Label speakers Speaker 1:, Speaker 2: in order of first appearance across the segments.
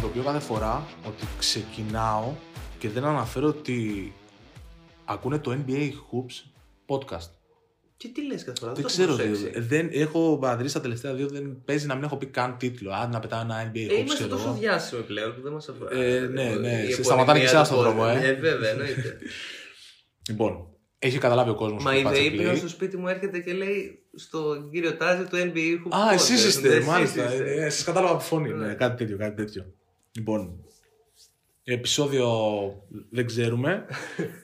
Speaker 1: σχολείο κάθε φορά ότι ξεκινάω και δεν αναφέρω ότι ακούνε το NBA Hoops podcast.
Speaker 2: Και τι λες κάθε φορά,
Speaker 1: Δεν
Speaker 2: το
Speaker 1: ξέρω.
Speaker 2: έχω
Speaker 1: Δεν,
Speaker 2: προσέξει.
Speaker 1: δεν έχω παρατηρήσει τα τελευταία δύο. Δεν παίζει να μην έχω πει καν τίτλο. Άντε να πετάω ένα NBA
Speaker 2: Ε,
Speaker 1: Hoops.
Speaker 2: είμαστε
Speaker 1: ξέρω
Speaker 2: τόσο
Speaker 1: εγώ.
Speaker 2: διάσημοι πλέον που δεν μας αφορά.
Speaker 1: Ε, ναι, ναι.
Speaker 2: Η
Speaker 1: Σε-
Speaker 2: επωνυμία
Speaker 1: σταματάνε και
Speaker 2: του
Speaker 1: εσάς στον
Speaker 2: κόσμου.
Speaker 1: δρόμο, ε.
Speaker 2: Ε, βέβαια, εννοείται.
Speaker 1: Λοιπόν, έχει καταλάβει ο κόσμος.
Speaker 2: Μα η Βέιπνο στο σπίτι μου έρχεται και λέει στον κύριο Τάζε του NBA που
Speaker 1: Α, εσείς είστε, μάλιστα. ε, Σας κατάλαβα από φωνή. Ναι,
Speaker 2: Ναι.
Speaker 1: κάτι τέτοιο, κάτι τέτοιο. Λοιπόν, επεισόδιο δεν ξέρουμε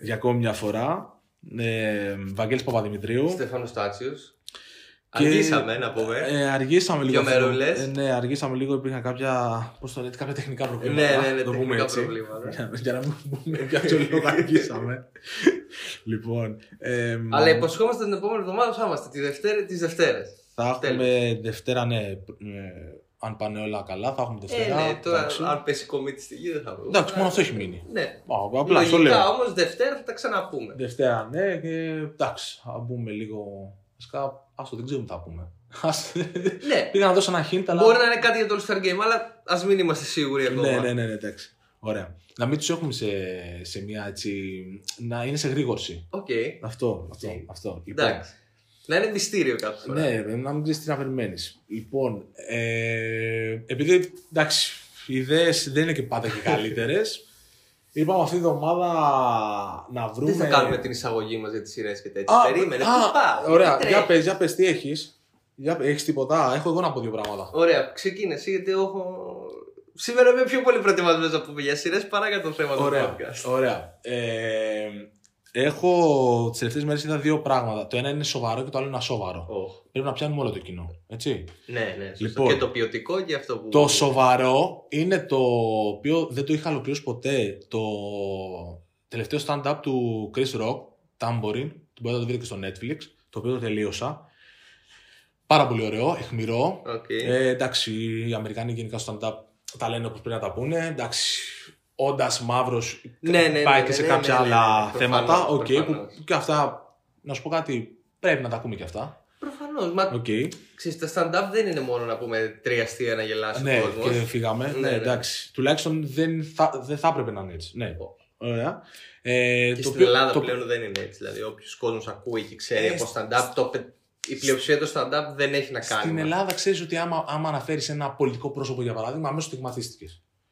Speaker 1: για ακόμη μια φορά. Ε, Βαγγέλης Παπαδημητρίου.
Speaker 2: Στέφανος Τάτσιο.
Speaker 1: Και-
Speaker 2: Αργήσαμε να πούμε.
Speaker 1: Ε, αργήσαμε λίγο.
Speaker 2: Δυο μερούλες.
Speaker 1: Ε, ναι, αργήσαμε λίγο. Υπήρχαν κάποια, πώς το λέτε, κάποια τεχνικά προβλήματα.
Speaker 2: Ναι, ναι, ναι,
Speaker 1: να το πούμε
Speaker 2: τεχνικά
Speaker 1: έτσι.
Speaker 2: προβλήματα.
Speaker 1: Για, για να μην πούμε για ποιο λόγο αργήσαμε. λοιπόν. ε,
Speaker 2: Αλλά υποσχόμαστε την επόμενη εβδομάδα θα είμαστε, τη Δευτέρα, τις Δευτέρες.
Speaker 1: Θα έχουμε Δευτέρα, ναι. ε, αν πάνε όλα καλά, θα έχουμε
Speaker 2: Ε,
Speaker 1: Δευτέρα.
Speaker 2: ναι, τώρα
Speaker 1: εντάξει.
Speaker 2: αν πέσει κομίτη στη γη δεν θα βρούμε.
Speaker 1: Εντάξει, μόνο αυτό έχει
Speaker 2: μείνει.
Speaker 1: μείνει.
Speaker 2: Ναι.
Speaker 1: Α, απλά
Speaker 2: Απλά
Speaker 1: στο λέω.
Speaker 2: όμως Δευτέρα θα τα ξαναπούμε.
Speaker 1: Δευτέρα, ναι, και εντάξει, θα μπούμε λίγο. Βασικά, άστο, δεν ξέρουμε τι θα πούμε. Ας-
Speaker 2: Ναι,
Speaker 1: Πήγα να δώσω ένα hint, αλλά.
Speaker 2: μπορεί να είναι κάτι για το All Star Game, αλλά ας μην είμαστε σίγουροι ακόμα.
Speaker 1: Ναι, ναι, ναι, ναι, εντάξει. Ωραία. Να μην τους έχουμε σε, σε μια έτσι. να είναι σε γρήγορση.
Speaker 2: Οκ.
Speaker 1: Αυτό, αυτό.
Speaker 2: Οκ.
Speaker 1: αυτό. Λοιπόν,
Speaker 2: Εντάξει. Να είναι μυστήριο κάποια φορά.
Speaker 1: ναι, ρε, να μην ξέρεις τι να περιμένεις. Λοιπόν, ε, επειδή εντάξει, οι ιδέες δεν είναι και πάντα και καλύτερες, είπαμε αυτή την εβδομάδα να βρούμε.
Speaker 2: Δεν θα κάνουμε την εισαγωγή μας για τις σειρές και τέτοια.
Speaker 1: Α,
Speaker 2: Περίμενε.
Speaker 1: α,
Speaker 2: πού πας,
Speaker 1: Ωραία,
Speaker 2: τι
Speaker 1: για
Speaker 2: τρέχεις.
Speaker 1: πες, για πες, τι έχεις. Για, έχεις τίποτα, έχω εγώ να πω δύο πράγματα.
Speaker 2: Ωραία, ξεκίνησε γιατί έχω. Σήμερα είμαι πιο πολύ προετοιμασμένος να πούμε για σειρές παρά για το θέμα
Speaker 1: Ωραία,
Speaker 2: του podcast.
Speaker 1: ωραία. Ε, έχω τις τελευταίες μέρες είδα δύο πράγματα. Το ένα είναι σοβαρό και το άλλο είναι ασόβαρο.
Speaker 2: Ωχ.
Speaker 1: Πρέπει να πιάνουμε όλο το κοινό, έτσι.
Speaker 2: Ναι, ναι. σωστό.
Speaker 1: Λοιπόν.
Speaker 2: και το ποιοτικό και αυτό που.
Speaker 1: Το σοβαρό είναι το οποίο δεν το είχα ολοκληρώσει ποτέ. Το τελευταίο stand-up του Chris Rock, Tambourine, που μπορείτε να το βρείτε και στο Netflix, το οποίο το τελείωσα. Πάρα πολύ ωραίο, εχμηρό,
Speaker 2: Οκ.
Speaker 1: Ε, εντάξει, οι Αμερικανοί γενικά στο stand-up τα λένε όπως πρέπει να τα πούνε. Εντάξει, όντας μαύρος,
Speaker 2: Ναι, ναι,
Speaker 1: πάει
Speaker 2: ναι,
Speaker 1: και σε
Speaker 2: ναι,
Speaker 1: κάποια
Speaker 2: ναι, ναι, ναι,
Speaker 1: άλλα
Speaker 2: ναι, προφανώς,
Speaker 1: θέματα. Οκ,
Speaker 2: προφανώς.
Speaker 1: που και αυτά, να σου πω κάτι, πρέπει να τα ακούμε και αυτά.
Speaker 2: Προφανώς. Μα
Speaker 1: Οκ.
Speaker 2: ξέρεις, τα stand-up δεν είναι μόνο να πούμε τρία αστεία να γελάσει
Speaker 1: Ναι,
Speaker 2: ο κόσμος.
Speaker 1: και φύγαμε.
Speaker 2: Ναι,
Speaker 1: Ναι,
Speaker 2: ναι.
Speaker 1: εντάξει. Τουλάχιστον δεν θα, δεν θα έπρεπε να είναι έτσι. Ναι.
Speaker 2: Ω.
Speaker 1: Ωραία. Ε,
Speaker 2: Και
Speaker 1: το
Speaker 2: στην
Speaker 1: οποίο-
Speaker 2: Ελλάδα
Speaker 1: το-
Speaker 2: πλέον δεν είναι έτσι. Δηλαδή, όποιος κόσμος ακούει και ξέρει
Speaker 1: Ε,
Speaker 2: από stand-up, το... πε- η πλειοψηφία του stand-up δεν έχει να κάνει.
Speaker 1: Στην
Speaker 2: με-
Speaker 1: Ελλάδα ξέρεις ότι άμα, άμα αναφέρεις ένα πολιτικό πρόσωπο για παράδειγμα, αμέσως στιγματίστηκε.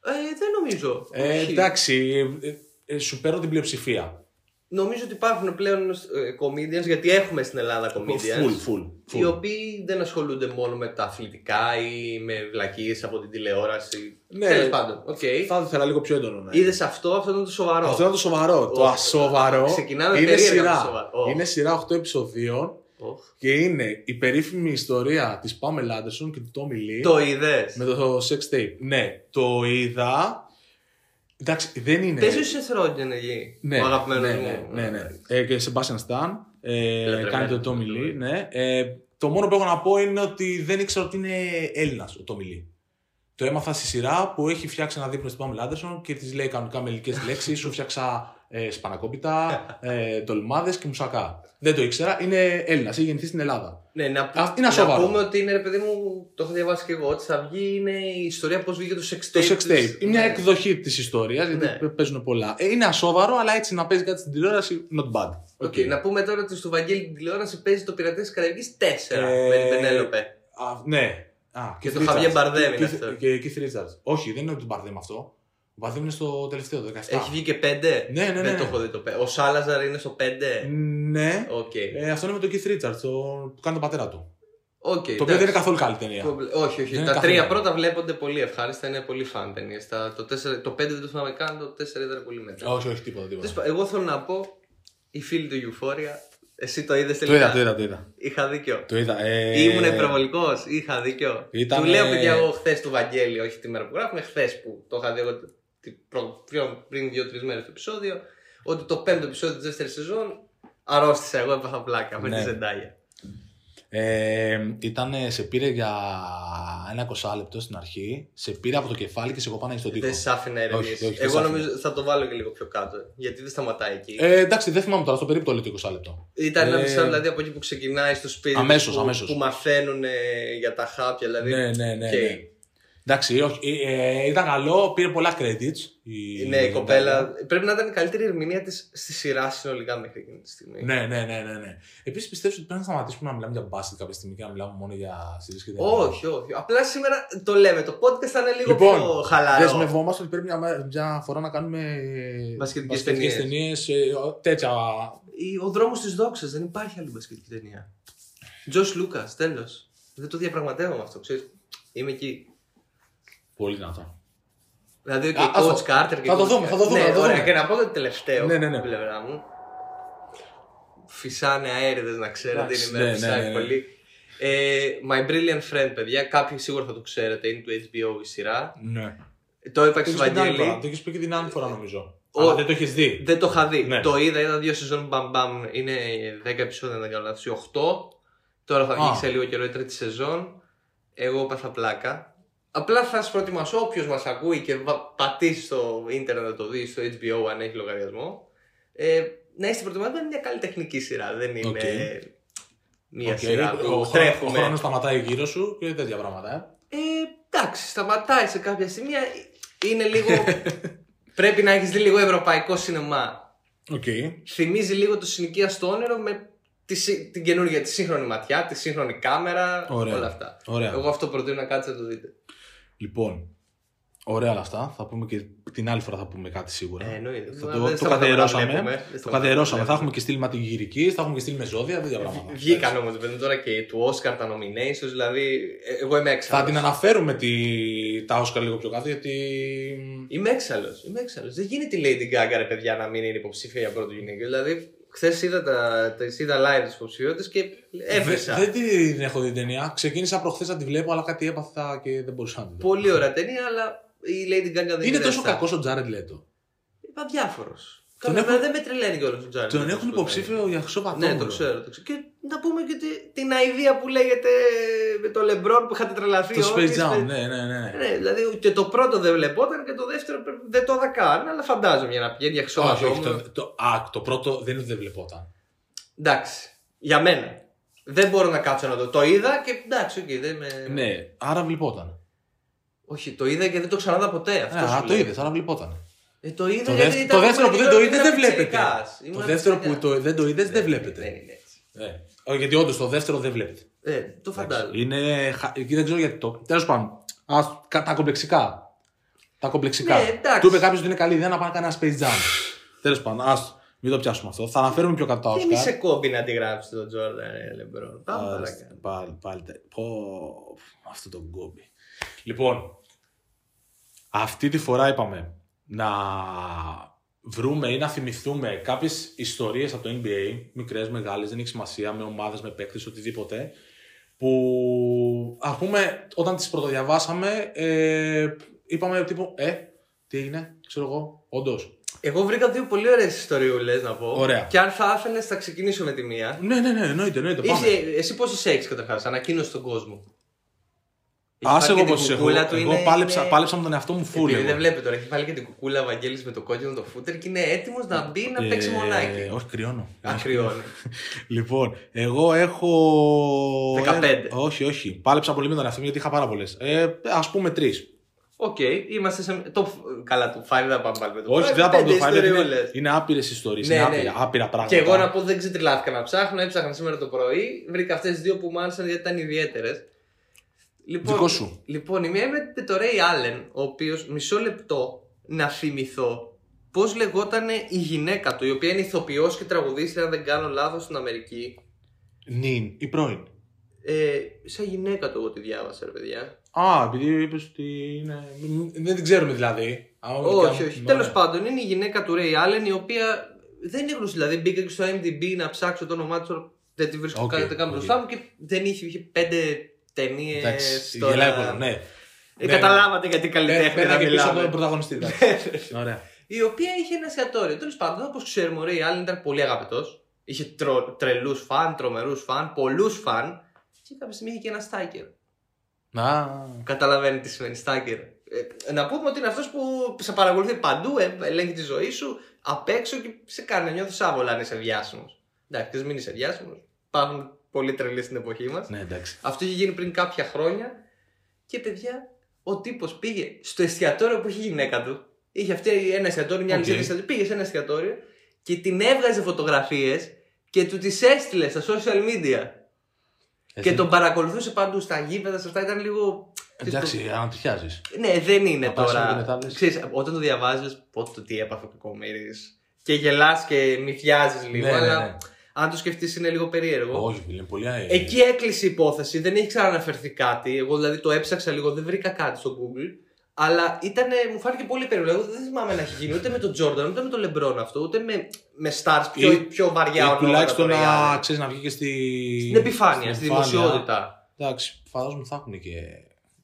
Speaker 2: Ε, δεν νομίζω.
Speaker 1: Ε,
Speaker 2: Όχι.
Speaker 1: εντάξει, ε, ε, ε, σου παίρνω την πλειοψηφία.
Speaker 2: Νομίζω ότι υπάρχουν πλέον ε, comedians, γιατί έχουμε στην Ελλάδα comedians.
Speaker 1: Full, full,
Speaker 2: Οι
Speaker 1: full.
Speaker 2: οποίοι δεν ασχολούνται μόνο με τα αθλητικά ή με βλακίες από την τηλεόραση.
Speaker 1: Ναι.
Speaker 2: Τέλος πάντων. οκ.
Speaker 1: Θα ήθελα λίγο πιο έντονο να είναι.
Speaker 2: Είδες αυτό, αυτό ήταν το σοβαρό.
Speaker 1: Αυτό ήταν το σοβαρό. Το
Speaker 2: Όχι.
Speaker 1: ασοβαρό
Speaker 2: Ξεκινάμε
Speaker 1: είναι
Speaker 2: περίεργα με το
Speaker 1: σειρά.
Speaker 2: σοβαρό.
Speaker 1: Είναι σειρά 8 επεισοδίων
Speaker 2: Οχ.
Speaker 1: και είναι η περίφημη ιστορία της Πάμελ Άντερσον και του Τόμι Λί
Speaker 2: Το είδες.
Speaker 1: με το sex tape. Ναι, το είδα. Εντάξει, δεν είναι.
Speaker 2: Παίζει ο Σεθρόγγεν εκεί.
Speaker 1: ναι,
Speaker 2: ο αγαπημένος
Speaker 1: ναι, ναι,
Speaker 2: μου.
Speaker 1: ναι, ναι. Ε, και Sebastian Stan ε,
Speaker 2: Λατρεμένο.
Speaker 1: κάνει το Τόμι Λί. Ναι. Ε, το μόνο που έχω να πω είναι ότι δεν ήξερα ότι είναι Έλληνας ο Τόμι Λί. Το έμαθα στη σειρά που έχει φτιάξει ένα δείπνο στην Πάμελ Άντερσον και της λέει κανονικά με ελληνικές λέξεις. Σου φτιάξα ε, σπανακόπιτα, ε, ντολμάδε και μουσακά. Δεν το ήξερα. Είναι Έλληνας. Έχει γεννηθεί στην Ελλάδα.
Speaker 2: Ναι, να,
Speaker 1: Α, είναι
Speaker 2: να
Speaker 1: ασόβαρο.
Speaker 2: πούμε ότι είναι, ρε παιδί μου, το έχω διαβάσει και εγώ, ότι θα βγει είναι η ιστορία πώς βγήκε το sex tape.
Speaker 1: Το sex
Speaker 2: της-
Speaker 1: tape. Είναι μια
Speaker 2: Ναι.
Speaker 1: εκδοχή της ιστορίας γιατί
Speaker 2: Ναι.
Speaker 1: παίζουν πολλά. Ε, είναι ασόβαρο, αλλά έτσι να παίζει κάτι στην τηλεόραση, not bad.
Speaker 2: Οκ,
Speaker 1: Οκ.
Speaker 2: Να πούμε τώρα ότι στο Βαγγέλη την τηλεόραση παίζει το Πειρατές τη Καραϊβική 4
Speaker 1: Ε,
Speaker 2: με την Πενέλοπε.
Speaker 1: Α, ναι. Α,
Speaker 2: Και
Speaker 1: Keith
Speaker 2: το
Speaker 1: Richards.
Speaker 2: Javier Bardem είναι
Speaker 1: Και-
Speaker 2: αυτό.
Speaker 1: Και Keith Richards. Όχι, δεν είναι του Μπαρδέμ αυτό. Ο Μπαρδέμ είναι στο τελευταίο, το 17.
Speaker 2: Έχει βγει και 5.
Speaker 1: Ναι, ναι, ναι.
Speaker 2: Δεν
Speaker 1: ναι.
Speaker 2: το έχω δει το 5. Ο Σάλαζαρ είναι στο 5.
Speaker 1: Ναι.
Speaker 2: Οκ.
Speaker 1: Ε, αυτό είναι με τον Keith Richards, το... που κάνει τον πατέρα του.
Speaker 2: Οκ,
Speaker 1: το οποίο δεν είναι
Speaker 2: εντάξει.
Speaker 1: καθόλου καλή ταινία.
Speaker 2: Το- Όχι, όχι.
Speaker 1: Δεν είναι
Speaker 2: τα τρία
Speaker 1: καθόλου.
Speaker 2: πρώτα βλέπονται πολύ ευχάριστα, είναι πολύ φαν ταινίες. Τα- Το, 4, το 5 δεν το θυμάμαι καν, το 4 ήταν πολύ μέτρο.
Speaker 1: Όχι, όχι, τίποτα. τίποτα.
Speaker 2: Τέλος πάντων, Εγώ θέλω να πω, οι φίλοι του Euphoria, εσύ το είδες
Speaker 1: Το είδα,
Speaker 2: τελικά.
Speaker 1: το είδα. Το είδα.
Speaker 2: Είχα δίκιο.
Speaker 1: Το είδα. Ε...
Speaker 2: Ήμουν υπερβολικός, είχα δίκιο.
Speaker 1: Ήταν-
Speaker 2: Του λέω παιδιά εγώ χθες του Βαγγέλη, όχι τη μέρα που γράφουμε, χθες που το είχα δει εγώ τη- προ- πιο- πριν δύο-τρει μέρες το επεισόδιο, ότι το πέμπτο επεισόδιο της δεύτερης σεζόν αρρώστησα. Εγώ έπαθα πλάκα με
Speaker 1: Ναι.
Speaker 2: τη Ζεντάγια.
Speaker 1: Ε, ήταν, σε πήρε για ένα εικοσάλεπτο στην αρχή, σε πήρε από το κεφάλι και σε κοπάναγε στον τοίχο.
Speaker 2: Δεν σ' άφηνα
Speaker 1: Όχι,
Speaker 2: ερευνήσει.
Speaker 1: όχι, δεν σ'
Speaker 2: Εγώ
Speaker 1: άφηνα.
Speaker 2: νομίζω θα το βάλω και λίγο πιο κάτω, γιατί δεν σταματάει εκεί.
Speaker 1: Ε, εντάξει, δεν θυμάμαι τώρα, στο περίπου το λέει το 20 λεπτό.
Speaker 2: Ήταν ένα
Speaker 1: ε,
Speaker 2: μισό δηλαδή από εκεί που ξεκινάει στο σπίτι
Speaker 1: αμέσως,
Speaker 2: που,
Speaker 1: αμέσως.
Speaker 2: που μαθαίνουν ε, για τα χάπια. Δηλαδή,
Speaker 1: Ναι, ναι, ναι.
Speaker 2: οκ.
Speaker 1: ναι. Εντάξει, όχι, ε, ε, ήταν καλό, πήρε πολλά credits. Η...
Speaker 2: Ναι, η κοπέλα. Πρέπει να ήταν η καλύτερη ερμηνεία της στη σειρά συνολικά μέχρι εκείνη τη στιγμή.
Speaker 1: Ναι, ναι, ναι, ναι. ναι. Επίσης πιστεύω ότι πρέπει να σταματήσουμε να μιλάμε για μπάσκετ κάποια στιγμή και να μιλάμε μόνο για σειρέ και ταινίες.
Speaker 2: Όχι, όχι. Απλά σήμερα το λέμε. Το podcast θα είναι λίγο
Speaker 1: Λοιπόν,
Speaker 2: πιο χαλαρό.
Speaker 1: Δεσμευόμαστε ότι πρέπει μια, μέρα- μια φορά να κάνουμε ε,
Speaker 2: Μπασκετικές
Speaker 1: μπασκετικές ταινίες, ε, ο- τέτοια.
Speaker 2: Η- Ο δρόμος της δόξας δεν υπάρχει άλλη μπασκετική ταινία. Τζο Λούκα, τέλος. Δεν το διαπραγματεύομαι αυτό, ξέρεις. Είμαι εκεί.
Speaker 1: Πολύ δυνατά.
Speaker 2: Δηλαδή και
Speaker 1: Α,
Speaker 2: η
Speaker 1: ας το-
Speaker 2: Coach Carter και
Speaker 1: θα
Speaker 2: η
Speaker 1: το
Speaker 2: Coach
Speaker 1: δούμε,
Speaker 2: Carter.
Speaker 1: θα το δούμε,
Speaker 2: Ναι,
Speaker 1: θα το
Speaker 2: ωραία.
Speaker 1: δούμε.
Speaker 2: Και να πω το τελευταίο
Speaker 1: Ναι, ναι, ναι.
Speaker 2: στην πλευρά μου. Φυσάνε αέριδε να ξέρετε,
Speaker 1: Εντάξει,
Speaker 2: είναι η μέρα
Speaker 1: ναι,
Speaker 2: που φυσάει
Speaker 1: ναι, ναι, ναι.
Speaker 2: πολύ. Ε, My Brilliant Friend, παιδιά. Κάποιοι σίγουρα θα το ξέρετε, είναι του HBO η σειρά. Ε,
Speaker 1: Ναι.
Speaker 2: Το είπα και
Speaker 1: Το
Speaker 2: στο
Speaker 1: έχεις
Speaker 2: Βαγγέλη.
Speaker 1: πει και την άλλη φορά νομίζω.
Speaker 2: Ο-
Speaker 1: Αλλά δεν το έχεις δει.
Speaker 2: Δεν το είχα δει.
Speaker 1: Ναι.
Speaker 2: Το είδα, είδα δύο σεζόν μπαμ μπαμ. Είναι 10 επεισόδια, αν δεν κάνω λάθος, ή 8. Τώρα θα βγει
Speaker 1: Α.
Speaker 2: σε λίγο καιρό η τρίτη σεζόν. Εγώ πάθα πλάκα. Απλά θα σας προτιμάσω όποιος μας ακούει και βα- πατήσει στο ίντερνετ να το δει στο HBO αν έχει λογαριασμό. Ε, να είστε προετοιμασμένοι, είναι μια καλή τεχνική σειρά. Δεν είναι
Speaker 1: Οκ.
Speaker 2: μια
Speaker 1: Οκ,
Speaker 2: σειρά
Speaker 1: ο- ο-
Speaker 2: που
Speaker 1: Ο
Speaker 2: τρέχουμε.
Speaker 1: χρόνος σταματάει γύρω σου και τέτοια πράγματα. ε.
Speaker 2: Ε, εντάξει, σταματάει σε κάποια στιγμή. Είναι λίγο. πρέπει να έχεις δει λίγο ευρωπαϊκό σινεμά
Speaker 1: Οκ.
Speaker 2: θυμίζει λίγο το συνοικία στο όνειρο με τη, συ- την καινούργια, τη σύγχρονη ματιά, τη σύγχρονη κάμερα,
Speaker 1: Ωραία.
Speaker 2: όλα αυτά.
Speaker 1: Ωραία.
Speaker 2: Εγώ αυτό προτείνω να κάτσετε να το δείτε.
Speaker 1: Λοιπόν, ωραία όλα αυτά. Θα πούμε και την άλλη φορά θα πούμε κάτι σίγουρα.
Speaker 2: Ε, εννοείται.
Speaker 1: Θα
Speaker 2: Μα,
Speaker 1: το,
Speaker 2: δεν
Speaker 1: το
Speaker 2: σταματάμε να βλέπουμε.
Speaker 1: καθιερώσαμε.
Speaker 2: Δεν
Speaker 1: Το
Speaker 2: σταματάμε να
Speaker 1: καθιερώσαμε. Θα
Speaker 2: βλέπουμε.
Speaker 1: έχουμε και στείλει ματιγυρική, θα έχουμε και στείλει με ζώδια, τέτοια πράγματα.
Speaker 2: Βγήκαν όμω τώρα και του Oscar τα nominations, δηλαδή ε, εγώ είμαι έξαλλος.
Speaker 1: Θα την αναφέρουμε τη, τα Όσκα λίγο πιο κάτω, γιατί.
Speaker 2: Είμαι έξαλλος. Είμαι έξαλλος. Δεν γίνεται η Lady Gaga, ρε παιδιά, να μην είναι υποψήφια για πρώτο γυναίκιο. Δηλαδή, χθες είδα, τα, τα, είδα live τις υποψηφιότητες και έφεσα.
Speaker 1: Δεν, δεν την έχω δει την ταινία. Ξεκίνησα προχθές να τη βλέπω, αλλά κάτι έπαθα και δεν μπορούσα να την δω.
Speaker 2: Πολύ ωραία ταινία, αλλά η Lady Gaga δεν
Speaker 1: Είναι τόσο
Speaker 2: αυτά.
Speaker 1: κακός ο Τζάρετ Λέτο.
Speaker 2: Είπα διάφορος.
Speaker 1: Τον
Speaker 2: Καμιά
Speaker 1: έχουν-
Speaker 2: δεν με τρελαίνει κιόλας ο Τζάρετ.
Speaker 1: Τον έχουν υποψήφιο για χρυσό πατώμα.
Speaker 2: Ναι, το ξέρω, το ξέρω. Και να πούμε και τη- την αηδία που λέγεται με το Λεμπρόν που είχατε τρελαθεί.
Speaker 1: Το
Speaker 2: όλοι,
Speaker 1: Space Jam,
Speaker 2: είστε-
Speaker 1: ναι, ναι, ναι.
Speaker 2: Ναι, δηλαδή και το πρώτο δεν βλεπόταν και το δεύτερο πρέπει- δεν το είδα καν, αλλά φαντάζομαι για να πηγαίνει για
Speaker 1: Όχι, όχι,
Speaker 2: ξώμα
Speaker 1: το, το, α, το πρώτο δεν είναι ότι δεν βλεπόταν.
Speaker 2: Εντάξει, για μένα. Δεν μπορώ να κάτσω να το. Το είδα και εντάξει, οκ, δεν με.
Speaker 1: Ναι, άρα βλεπόταν.
Speaker 2: Όχι, το είδα και δεν το ξαναδά ποτέ. Αυτό
Speaker 1: Ναι,
Speaker 2: σου
Speaker 1: α, το
Speaker 2: λέω.
Speaker 1: είδες, άρα βλεπόταν.
Speaker 2: Ε, το είδα
Speaker 1: Το,
Speaker 2: γιατί
Speaker 1: δεύ-
Speaker 2: ήταν
Speaker 1: το δεύτερο που δεν το
Speaker 2: ήμουν
Speaker 1: είδες δεν βλέπετε.
Speaker 2: πιτσιρικάς.
Speaker 1: Το
Speaker 2: Ήμουν
Speaker 1: δεύτερο που
Speaker 2: πιτσιρικάς.
Speaker 1: το, δεν το είδες
Speaker 2: Ναι,
Speaker 1: δεν
Speaker 2: Δεν
Speaker 1: βλέπετε.
Speaker 2: είναι έτσι.
Speaker 1: Ναι. Ω, Γιατί όντως το δεύτερο δεν βλέπετε.
Speaker 2: Ε, το φαντάζομαι.
Speaker 1: Είναι. χα- εκεί Δεν ξέρω γιατί το. Τέλος πάντων. ας- κα- τα κομπλεξικά. Τα κομπλεξικά.
Speaker 2: Ναι, εντάξει.
Speaker 1: Του είπε κάποιος ότι είναι καλή ιδέα να πάνε να κάνει ένα Space Jam. Τέλος πάντων, ας μην το πιάσουμε αυτό. Θα αναφέρουμε πιο κάτω τα
Speaker 2: Δεν
Speaker 1: Όσκαρ.
Speaker 2: είσαι κόμπι να τη γράψεις τον Τζόρνταν, ρε Λεμπρόν. Πάμε
Speaker 1: Πάλι,
Speaker 2: παρακάτω.
Speaker 1: πάλι, πάλι. τε- Πω, αυτό το γκόμπι. Λοιπόν, αυτή τη φορά είπαμε να βρούμε ή να θυμηθούμε κάποιες ιστορίες από το NBA, μικρές, μεγάλες, δεν έχει σημασία, με ομάδες, με παίκτες, οτιδήποτε, που ας πούμε όταν τις πρωτοδιαβάσαμε ε, είπαμε τύπου «Ε, τι έγινε, ξέρω εγώ, όντως».
Speaker 2: Εγώ βρήκα δύο πολύ ωραίες ιστοριούλες να πω.
Speaker 1: Ωραία.
Speaker 2: Και αν θα άφηνες, θα ξεκινήσω με τη μία.
Speaker 1: Ναι, ναι, ναι, εννοείται, εννοείται, πάμε.
Speaker 2: Είσαι, εσύ πόσες έχεις καταρχάς, ανακοίνωσε στον κόσμο.
Speaker 1: Άσε εγώ
Speaker 2: Έχει βάλει και την
Speaker 1: πως έχω.
Speaker 2: κουκούλα του,
Speaker 1: Εγώ
Speaker 2: είναι-
Speaker 1: πάλεψα,
Speaker 2: είναι-
Speaker 1: πάλεψα με τον εαυτό μου φούλ.
Speaker 2: Επειδή
Speaker 1: εγώ.
Speaker 2: δεν βλέπει τώρα, έχει βάλει και την κουκούλα Βαγγέλης με το κόκκινο το φούτερ και είναι έτοιμος να μπει να παίξει
Speaker 1: Ε,
Speaker 2: μονάκι.
Speaker 1: Όχι, κρυώνω.
Speaker 2: Ακριώνει.
Speaker 1: Λοιπόν, εγώ έχω.
Speaker 2: 15.
Speaker 1: Ε, όχι, όχι. Πάλεψα πολύ με τον εαυτό μου γιατί είχα πάρα πολλές. Ε, Ας πούμε τρεις.
Speaker 2: Οκ, είμαστε σε. Το... Καλά, του φάρι δεν πάμε πάλι με το
Speaker 1: Όχι, δεν θα πάμε
Speaker 2: Πέντε
Speaker 1: το φάρι. Είναι,
Speaker 2: ιστοριούλες.
Speaker 1: είναι άπειρες ιστορίες.
Speaker 2: Ναι,
Speaker 1: είναι
Speaker 2: ναι.
Speaker 1: άπειρα, άπειρα πράγματα.
Speaker 2: Και εγώ να πω δεν ξετρελάθηκα να ψάχνω, έψαχνα σήμερα το πρωί. Βρήκα αυτές τις δύο που μου άρεσαν γιατί ήταν ιδιαίτερες. Λοιπόν,
Speaker 1: Δικό σου.
Speaker 2: Λοιπόν, η μία είναι με το Ray Allen, ο οποίος μισό λεπτό να θυμηθώ πώς λεγόταν η γυναίκα του, η οποία είναι ηθοποιός και τραγουδίστρια, αν δεν κάνω λάθος, στην Αμερική.
Speaker 1: Νυν ή πρώην.
Speaker 2: Ε, σαν γυναίκα του, εγώ τη διάβασα, ρε παιδιά.
Speaker 1: Α, επειδή είπες ότι είναι. Δεν την ξέρουμε δηλαδή. Α,
Speaker 2: όχι,
Speaker 1: και αν-
Speaker 2: όχι.
Speaker 1: ναι.
Speaker 2: Τέλος πάντων, είναι η γυναίκα του Ray Allen, η οποία δεν είναι γνωστή. Δηλαδή, μπήκα και στο MDB να ψάξω το όνομά του, δεν τη βρίσκω
Speaker 1: Οκ,
Speaker 2: okay, κάτι καν
Speaker 1: οκ.
Speaker 2: μπροστά μου και δεν είχε, είχε πέντε ταινίες.
Speaker 1: Εντάξει, γελάει πολύ, ναι.
Speaker 2: Ε,
Speaker 1: Ναι,
Speaker 2: καταλάβατε γιατί
Speaker 1: Παίρνει
Speaker 2: καλλιτέχνη
Speaker 1: παίρνει
Speaker 2: να
Speaker 1: και πίσω
Speaker 2: μιλάμε. Ναι,
Speaker 1: τον πρωταγωνιστή. εντάξει. Ωραία.
Speaker 2: η οποία είχε ένα εστιατόριο. Τέλος πάντων, όπως ξέρουμε, ο Ray Allen ήταν πολύ αγαπητός. Είχε τρο, τρελούς φαν, τρομερούς φαν, πολλούς φαν. Και κάποια στιγμή είχε και ένα στάκερ.
Speaker 1: Να.
Speaker 2: Καταλαβαίνει τι σημαίνει στάκερ. Ε, να πούμε ότι είναι αυτός που σε παρακολουθεί παντού, ε, ελέγχει τη ζωή σου απ' έξω και σε κάνει να νιώθεις άβολα αν είσαι διάσημος. Εντάξει, μην είσαι διάσημος. Υπάρχουν πολλοί τρελοί στην εποχή μας.
Speaker 1: Ναι, εντάξει.
Speaker 2: Αυτό είχε γίνει πριν κάποια χρόνια. Και παιδιά, ο τύπος πήγε στο εστιατόριο που είχε η γυναίκα του. Είχε αυτή ένα εστιατόριο, μια
Speaker 1: Οκ.
Speaker 2: άλλη σε ένα εστιατόριο. Πήγε σε ένα εστιατόριο και την έβγαζε φωτογραφίες και του τις έστειλε στα social media.
Speaker 3: Εσύ-
Speaker 1: Ε,
Speaker 2: Και τον παρακολουθούσε παντού στα γήπεδα, σε αυτά ήταν λίγο.
Speaker 3: Εντάξει, ανατριχιάζεις.
Speaker 2: Ναι, δεν είναι
Speaker 3: Να πάρεις όλη την
Speaker 2: τώρα.
Speaker 3: μετάβληση.
Speaker 2: Ξέρεις, όταν το διαβάζεις, λε πότε το τι έπαθε ο κακομοίρης. Και γελάς και μυθιάζεις
Speaker 1: Ναι,
Speaker 2: λίγο, αλλά αν το σκεφτείς είναι λίγο περίεργο.
Speaker 1: Όχι, φίλε, είναι πολύ αέρα.
Speaker 2: Εκεί έκλεισε η υπόθεση, δεν έχει ξαναναφερθεί κάτι. Εγώ δηλαδή το έψαξα λίγο, δεν βρήκα κάτι στο Google. Αλλά ήτανε, μου φάνηκε πολύ περίεργο. Εγώ δεν θυμάμαι να έχει γίνει ούτε με τον Τζόρνταν, ούτε με τον Λεμπρόν αυτό, ούτε με, με stars πιο,
Speaker 1: Ή-
Speaker 2: πιο βαριά ονόματα.
Speaker 1: Ε, τουλάχιστον
Speaker 2: τώρα, οι
Speaker 1: να
Speaker 2: άλλοι.
Speaker 1: ξέρεις να βγει και στη.
Speaker 2: Στην επιφάνεια, στη
Speaker 1: στην επιφάνεια.
Speaker 2: δημοσιότητα.
Speaker 1: Εντάξει, φαντάζομαι θα έχουν και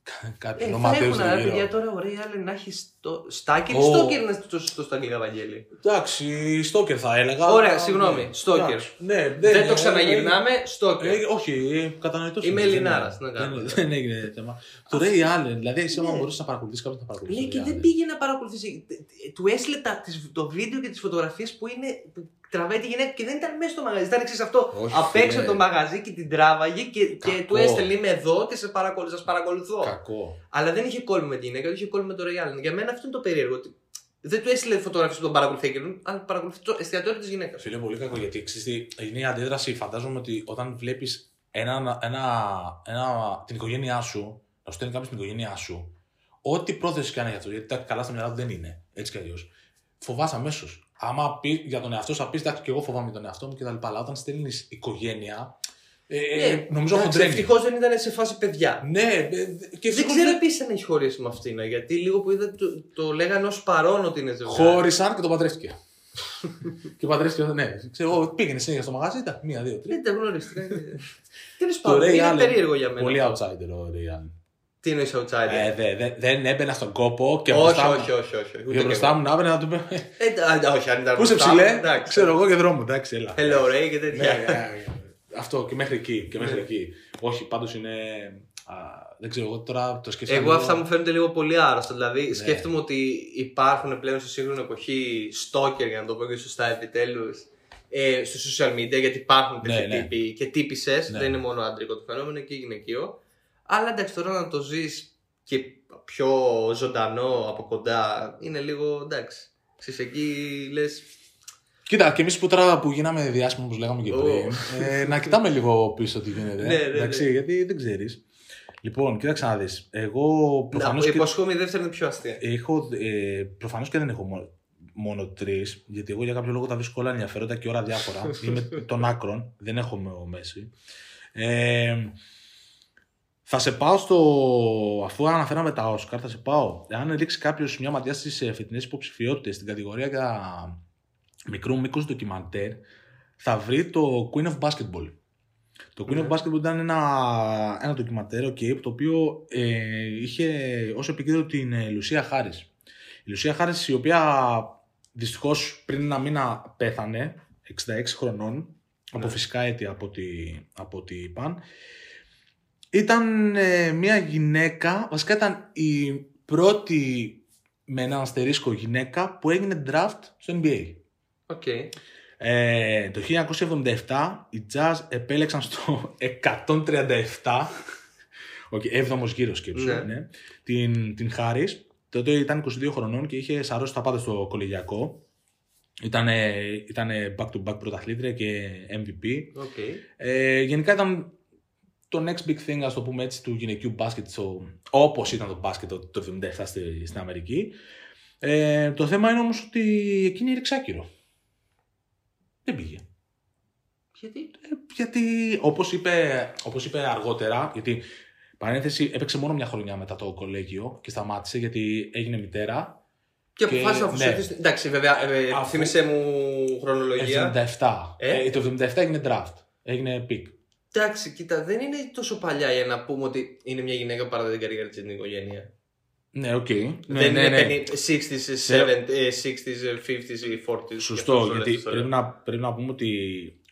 Speaker 1: κά- κάποιου
Speaker 2: Ε, θα
Speaker 1: νοματέου
Speaker 2: έχουν
Speaker 1: στο
Speaker 2: να
Speaker 1: γύρο.
Speaker 2: παιδιά τώρα ωραία, αλλά να έχεις στο στάκερ.
Speaker 1: Ο-
Speaker 2: Στόκερ είναι στο, στο, στα αγγλικά, Βαγγέλη.
Speaker 1: Εντάξει, στόκερ θα έλεγα.
Speaker 2: Ωραία,
Speaker 1: Ναι,
Speaker 2: συγγνώμη, στόκερ.
Speaker 1: εντάξει, Ναι, δεν,
Speaker 2: Δεν
Speaker 1: είναι-
Speaker 2: το ξαναγυρνάμε, στόκερ.
Speaker 1: Ε, όχι, ε, κατανοητός.
Speaker 2: Είμαι
Speaker 1: είναι,
Speaker 2: Ελληνάρας,
Speaker 1: δεν-
Speaker 2: να κάνω.
Speaker 1: δεν- Δεν έγινε θέμα. Το Ray Allen, δηλαδή εσύ άμα
Speaker 2: Ναι.
Speaker 1: μπορούσες να παρακολουθήσει κάποιον θα παρακολουθήσει.
Speaker 2: Λέει και δεν πήγε να παρακολουθήσει. Του έστειλε τα- τις- το βίντεο και τις φωτογραφίες που, είναι, που τραβάει τη γυναίκα και δεν ήταν μέσα στο μαγαζί. Ήταν εξή αυτό.
Speaker 3: Όχι,
Speaker 2: Απ' έξω
Speaker 3: φίλε.
Speaker 2: από το μαγαζί και την τράβαγε και, και
Speaker 1: Κακό.
Speaker 2: του έστελνε Είμαι εδώ και σε παρακολου, σας παρακολουθώ.
Speaker 1: Κακό.
Speaker 2: Αλλά δεν είχε κόλμη με τη γυναίκα, δεν είχε κόλμη με τον Ρεάλ. Για μένα αυτό είναι το περίεργο. Ότι δεν του έστειλε φωτογραφίες που τον παρακολουθεί εκείνον, αλλά παρακολουθεί το εστιατόριο της γυναίκας.
Speaker 1: Φίλε, πολύ κακό γιατί ξέρεις τι, είναι η αντίδραση. Φαντάζομαι ότι όταν βλέπεις ένα, ένα, ένα, την οικογένειά σου, να σου στέλνει κάποιος την οικογένειά σου, ό,τι πρόθεση κάνει για αυτό, γιατί τα καλά στα μυαλά του δεν είναι. Έτσι κι αλλιώς. Φοβάσαι αμέσως. Άμα πεις για τον εαυτό σου, θα πεις εντάξει, και εγώ φοβάμαι τον εαυτό μου κτλ. Αλλά όταν στέλνεις οικογένεια, ε, ε,
Speaker 2: Ναι,
Speaker 1: νομίζω χοντρένει.
Speaker 2: Ευτυχώς δεν ήταν σε φάση παιδιά.
Speaker 1: Ναι, ε, ε, και
Speaker 2: Δεν
Speaker 1: ευτυχώς
Speaker 2: ξέρω επίσης αν έχει χωρίσει με αυτήν, γιατί λίγο που είδα το, το λέγανε ως παρόν ότι είναι ζευγάρι.
Speaker 1: Χώρισαν και τον παντρεύτηκε. και παντρεύτηκε, ναι. Ξέρω, εγώ, πήγαινε συνέχεια στο μαγαζί, ήταν μία, δύο, τρία.
Speaker 2: Δεν τα γνωρίστηκα. Τέλο
Speaker 1: Το
Speaker 2: πάντων,
Speaker 1: Ray
Speaker 2: είναι
Speaker 1: Allen,
Speaker 2: περίεργο για μένα.
Speaker 1: Πολύ outsider ο Ray Allen.
Speaker 2: Τι εννοείς outsider.
Speaker 1: Ε, δε- δε- δεν έμπαινα στον κόπο και
Speaker 2: όχι,
Speaker 1: μπροστά μου-
Speaker 2: όχι, όχι, όχι.
Speaker 1: Και μπροστά μου να έμπαινα να του πει.
Speaker 2: Ε, τα- α, όχι, αν ήταν
Speaker 1: Πού σε
Speaker 2: μπροστά μου,
Speaker 1: ψηλέ,
Speaker 2: εντάξει.
Speaker 1: ξέρω εγώ και δρόμο, εντάξει, έλα.
Speaker 2: Hello, Ray και
Speaker 1: Ναι, ναι,
Speaker 2: τέτοια.
Speaker 1: ναι. Αυτό και μέχρι εκεί. Και μέχρι
Speaker 2: Ναι.
Speaker 1: εκεί. Όχι, πάντως είναι. α, δεν ξέρω, εγώ τώρα το σκέφτομαι.
Speaker 2: Εγώ αυτά μου φαίνονται λίγο πολύ άρρωστα. Δηλαδή,
Speaker 1: Ναι.
Speaker 2: σκέφτομαι ότι υπάρχουν πλέον στη σύγχρονη εποχή stalker, για να το πω και σωστά επιτέλους, ε, στο social media, γιατί υπάρχουν
Speaker 1: Ναι,
Speaker 2: τέτοιοι
Speaker 1: ναι.
Speaker 2: τύποι και τύπησες.
Speaker 1: Ναι.
Speaker 2: Δεν είναι μόνο αντρικό το φαινόμενο, και γυναικείο. Αλλά εντάξει, τώρα να το ζεις και πιο ζωντανό από κοντά είναι λίγο εντάξει. Εσύ εκεί λες.
Speaker 1: Κοίτα, και εμείς που τώρα που γίναμε διάσημοι, όπως λέγαμε και
Speaker 2: Ω.
Speaker 1: πριν, ε, να κοιτάμε λίγο πίσω τι γίνεται.
Speaker 2: Ναι, ναι, ναι.
Speaker 1: εντάξει, γιατί δεν ξέρεις. Λοιπόν, κοίταξε να δεις. Εγώ προφανώ.
Speaker 2: Να, ε, υποσχόμαι η δεύτερη είναι πιο αστεία.
Speaker 1: Έχω, ε, προφανώς και δεν έχω μόνο, μόνο τρεις, γιατί εγώ για κάποιο λόγο τα βρίσκω όλα ενδιαφέροντα και ώρα διάφορα. Είμαι των άκρων, δεν έχω με ο μέση. Ε, θα σε πάω στο. Αφού αναφέραμε τα Όσκαρ, θα σε πάω. Εάν ρίξει κάποιος μια ματιά στις φετινές υποψηφιότητες στην κατηγορία για μικρού μήκους ντοκιμαντέρ, θα βρει το Queen of Basketball. Το Queen
Speaker 2: Ναι.
Speaker 1: of Basketball ήταν ένα, ένα ντοκιμαντέρ, okay, το οποίο ε, είχε ως επικέντρο την ε, Λουσία Χάρης. Η Λουσία Χάρης η οποία δυστυχώς πριν ένα μήνα πέθανε, 66 χρονών, από
Speaker 2: Ναι.
Speaker 1: φυσικά αίτια από ό,τι, από ό,τι είπαν. Ήταν ε, μια γυναίκα, βασικά ήταν η πρώτη με έναν αστερίσκο γυναίκα που έγινε draft στο NBA.
Speaker 2: Οκ.
Speaker 1: Ε, το 1977 οι Jazz επέλεξαν στο 137, okay, έβδομος γύρος σκέψου,
Speaker 2: Ναι.
Speaker 1: ναι. την, την Χάρις. Τότε ήταν 22 χρονών και είχε σαρώσει τα πάντα στο κολεγιακό. Ήταν, ήτανε back-to-back πρωταθλήτρια και MVP.
Speaker 2: Οκ.
Speaker 1: Ε, γενικά ήταν το next big thing, ας το πούμε έτσι, του γυναικείου μπάσκετ, στο, όπως ήταν το μπάσκετ το, το 77 στη- στην Αμερική. Ε, το θέμα είναι όμως ότι εκείνη έριξε άκυρο. Δεν πήγε.
Speaker 2: Γιατί.
Speaker 1: Ε, γιατί, όπως είπε, όπως είπε αργότερα, γιατί παρένθεση έπαιξε μόνο μια χρονιά μετά το κολέγιο και σταμάτησε γιατί έγινε μητέρα.
Speaker 2: Και
Speaker 1: Και-
Speaker 2: αποφάσισα να φουσιωθεί.
Speaker 1: ναι.
Speaker 2: Εντάξει, βέβαια, ε,
Speaker 1: Αφού-
Speaker 2: θύμισε μου χρονολογία.
Speaker 1: 77.
Speaker 2: Ε?
Speaker 1: Ε, το 77 έγινε draft. Έγινε pick.
Speaker 2: Εντάξει, κοίτα, δεν είναι τόσο παλιά για να πούμε ότι είναι μια γυναίκα που παρά την καριέρα της στην οικογένεια.
Speaker 1: Ναι, οκ. Ναι,
Speaker 2: δεν
Speaker 1: ναι, ναι.
Speaker 2: είναι 50, 60s, 70s, ε, 60s, 50s ή 40s.
Speaker 1: Σωστό, γιατί πρέπει να, πρέπει να πούμε ότι.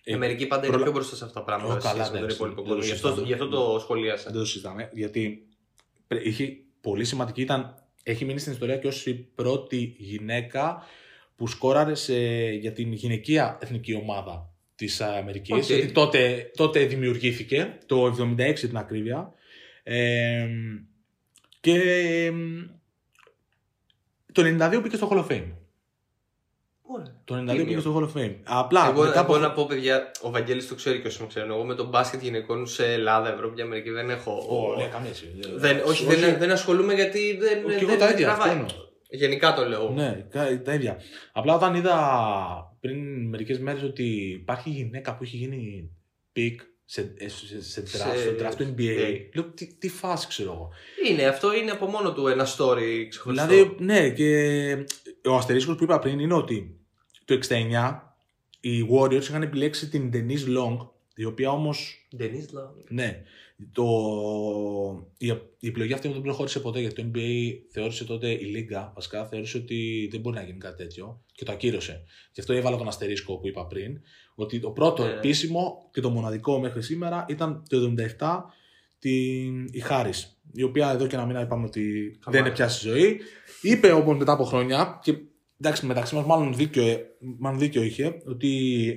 Speaker 2: Η
Speaker 1: ε,
Speaker 2: Αμερική πάντα είναι
Speaker 1: προλα-
Speaker 2: πιο μπροστά σε αυτά τα
Speaker 1: Ω,
Speaker 2: πράγματα.
Speaker 1: καλά,
Speaker 2: σχέση με τον
Speaker 1: εντάξει,
Speaker 2: υπόλοιπο
Speaker 1: δεν
Speaker 2: κόσμο.
Speaker 1: το
Speaker 2: Γι' αυτό,
Speaker 1: συζητάμε.
Speaker 2: γι' αυτό το
Speaker 1: Δεν
Speaker 2: σχολίασα.
Speaker 1: το συζητάμε, γιατί πρέ- είχε πολύ σημαντική. Ήταν, έχει μείνει στην ιστορία και ως η πρώτη γυναίκα που σκόραρε σε, για την γυναικεία εθνική ομάδα της α, Αμερικής.
Speaker 2: Οκ.
Speaker 1: Γιατί τότε, τότε δημιουργήθηκε, το 76 την ακρίβεια. Ε, Και εμ, το 92 μπήκε στο Hall of Fame.
Speaker 2: Ωραία.
Speaker 1: Το 92
Speaker 2: Τίμιο.
Speaker 1: μπήκε στο Hall of Fame. Απλά
Speaker 2: εγώ
Speaker 1: μετά από...
Speaker 2: μπορώ να πω, παιδιά, ο Βαγγέλης το ξέρει και όσοι με ξέρουν. Εγώ με τον μπάσκετ γυναικών σε Ελλάδα, Ευρώπη και Αμερική δεν έχω.
Speaker 1: Ωραία, καμία σχέση.
Speaker 2: δεν, όχι, Δεν, δεν ασχολούμαι γιατί δεν.
Speaker 1: Και
Speaker 2: δεν,
Speaker 1: εγώ τα
Speaker 2: δεν
Speaker 1: ίδια, αυτό
Speaker 2: τραβάει.
Speaker 1: εννοώ.
Speaker 2: Γενικά το λέω.
Speaker 1: Ναι, κα- τα ίδια. Απλά όταν είδα πριν μερικές μέρες ότι υπάρχει γυναίκα που έχει γίνει pick σε, ε, σε, σε,
Speaker 2: Σε-
Speaker 1: draft, στο draft του NBA,
Speaker 2: NBA.
Speaker 1: λέω τι, τι φάση ξέρω εγώ.
Speaker 2: Είναι, αυτό είναι από μόνο του ένα story ξεχωριστό.
Speaker 1: Δηλαδή, ναι, και ο αστερίσκος που είπα πριν είναι ότι το 69 οι Warriors είχαν επιλέξει την Denise Long, η οποία όμως
Speaker 2: Denise Lau.
Speaker 1: ναι. Το... Η, η επιλογή αυτή δεν προχώρησε ποτέ γιατί το NBA θεώρησε τότε, η Λίγκα βασικά θεώρησε ότι δεν μπορεί να γίνει κάτι τέτοιο και το ακύρωσε. Γι' αυτό έβαλα τον αστερίσκο που είπα πριν, ότι το πρώτο
Speaker 2: Ναι.
Speaker 1: επίσημο και το μοναδικό μέχρι σήμερα ήταν το 77 την... η Χάρις, η οποία εδώ και ένα μήνα είπαμε ότι
Speaker 2: Χαμάει.
Speaker 1: δεν είναι πια στη ζωή. Είπε όμως μετά από χρόνια και εντάξει μεταξύ μας μάλλον δίκιο, ε, μάλλον δίκιο είχε ότι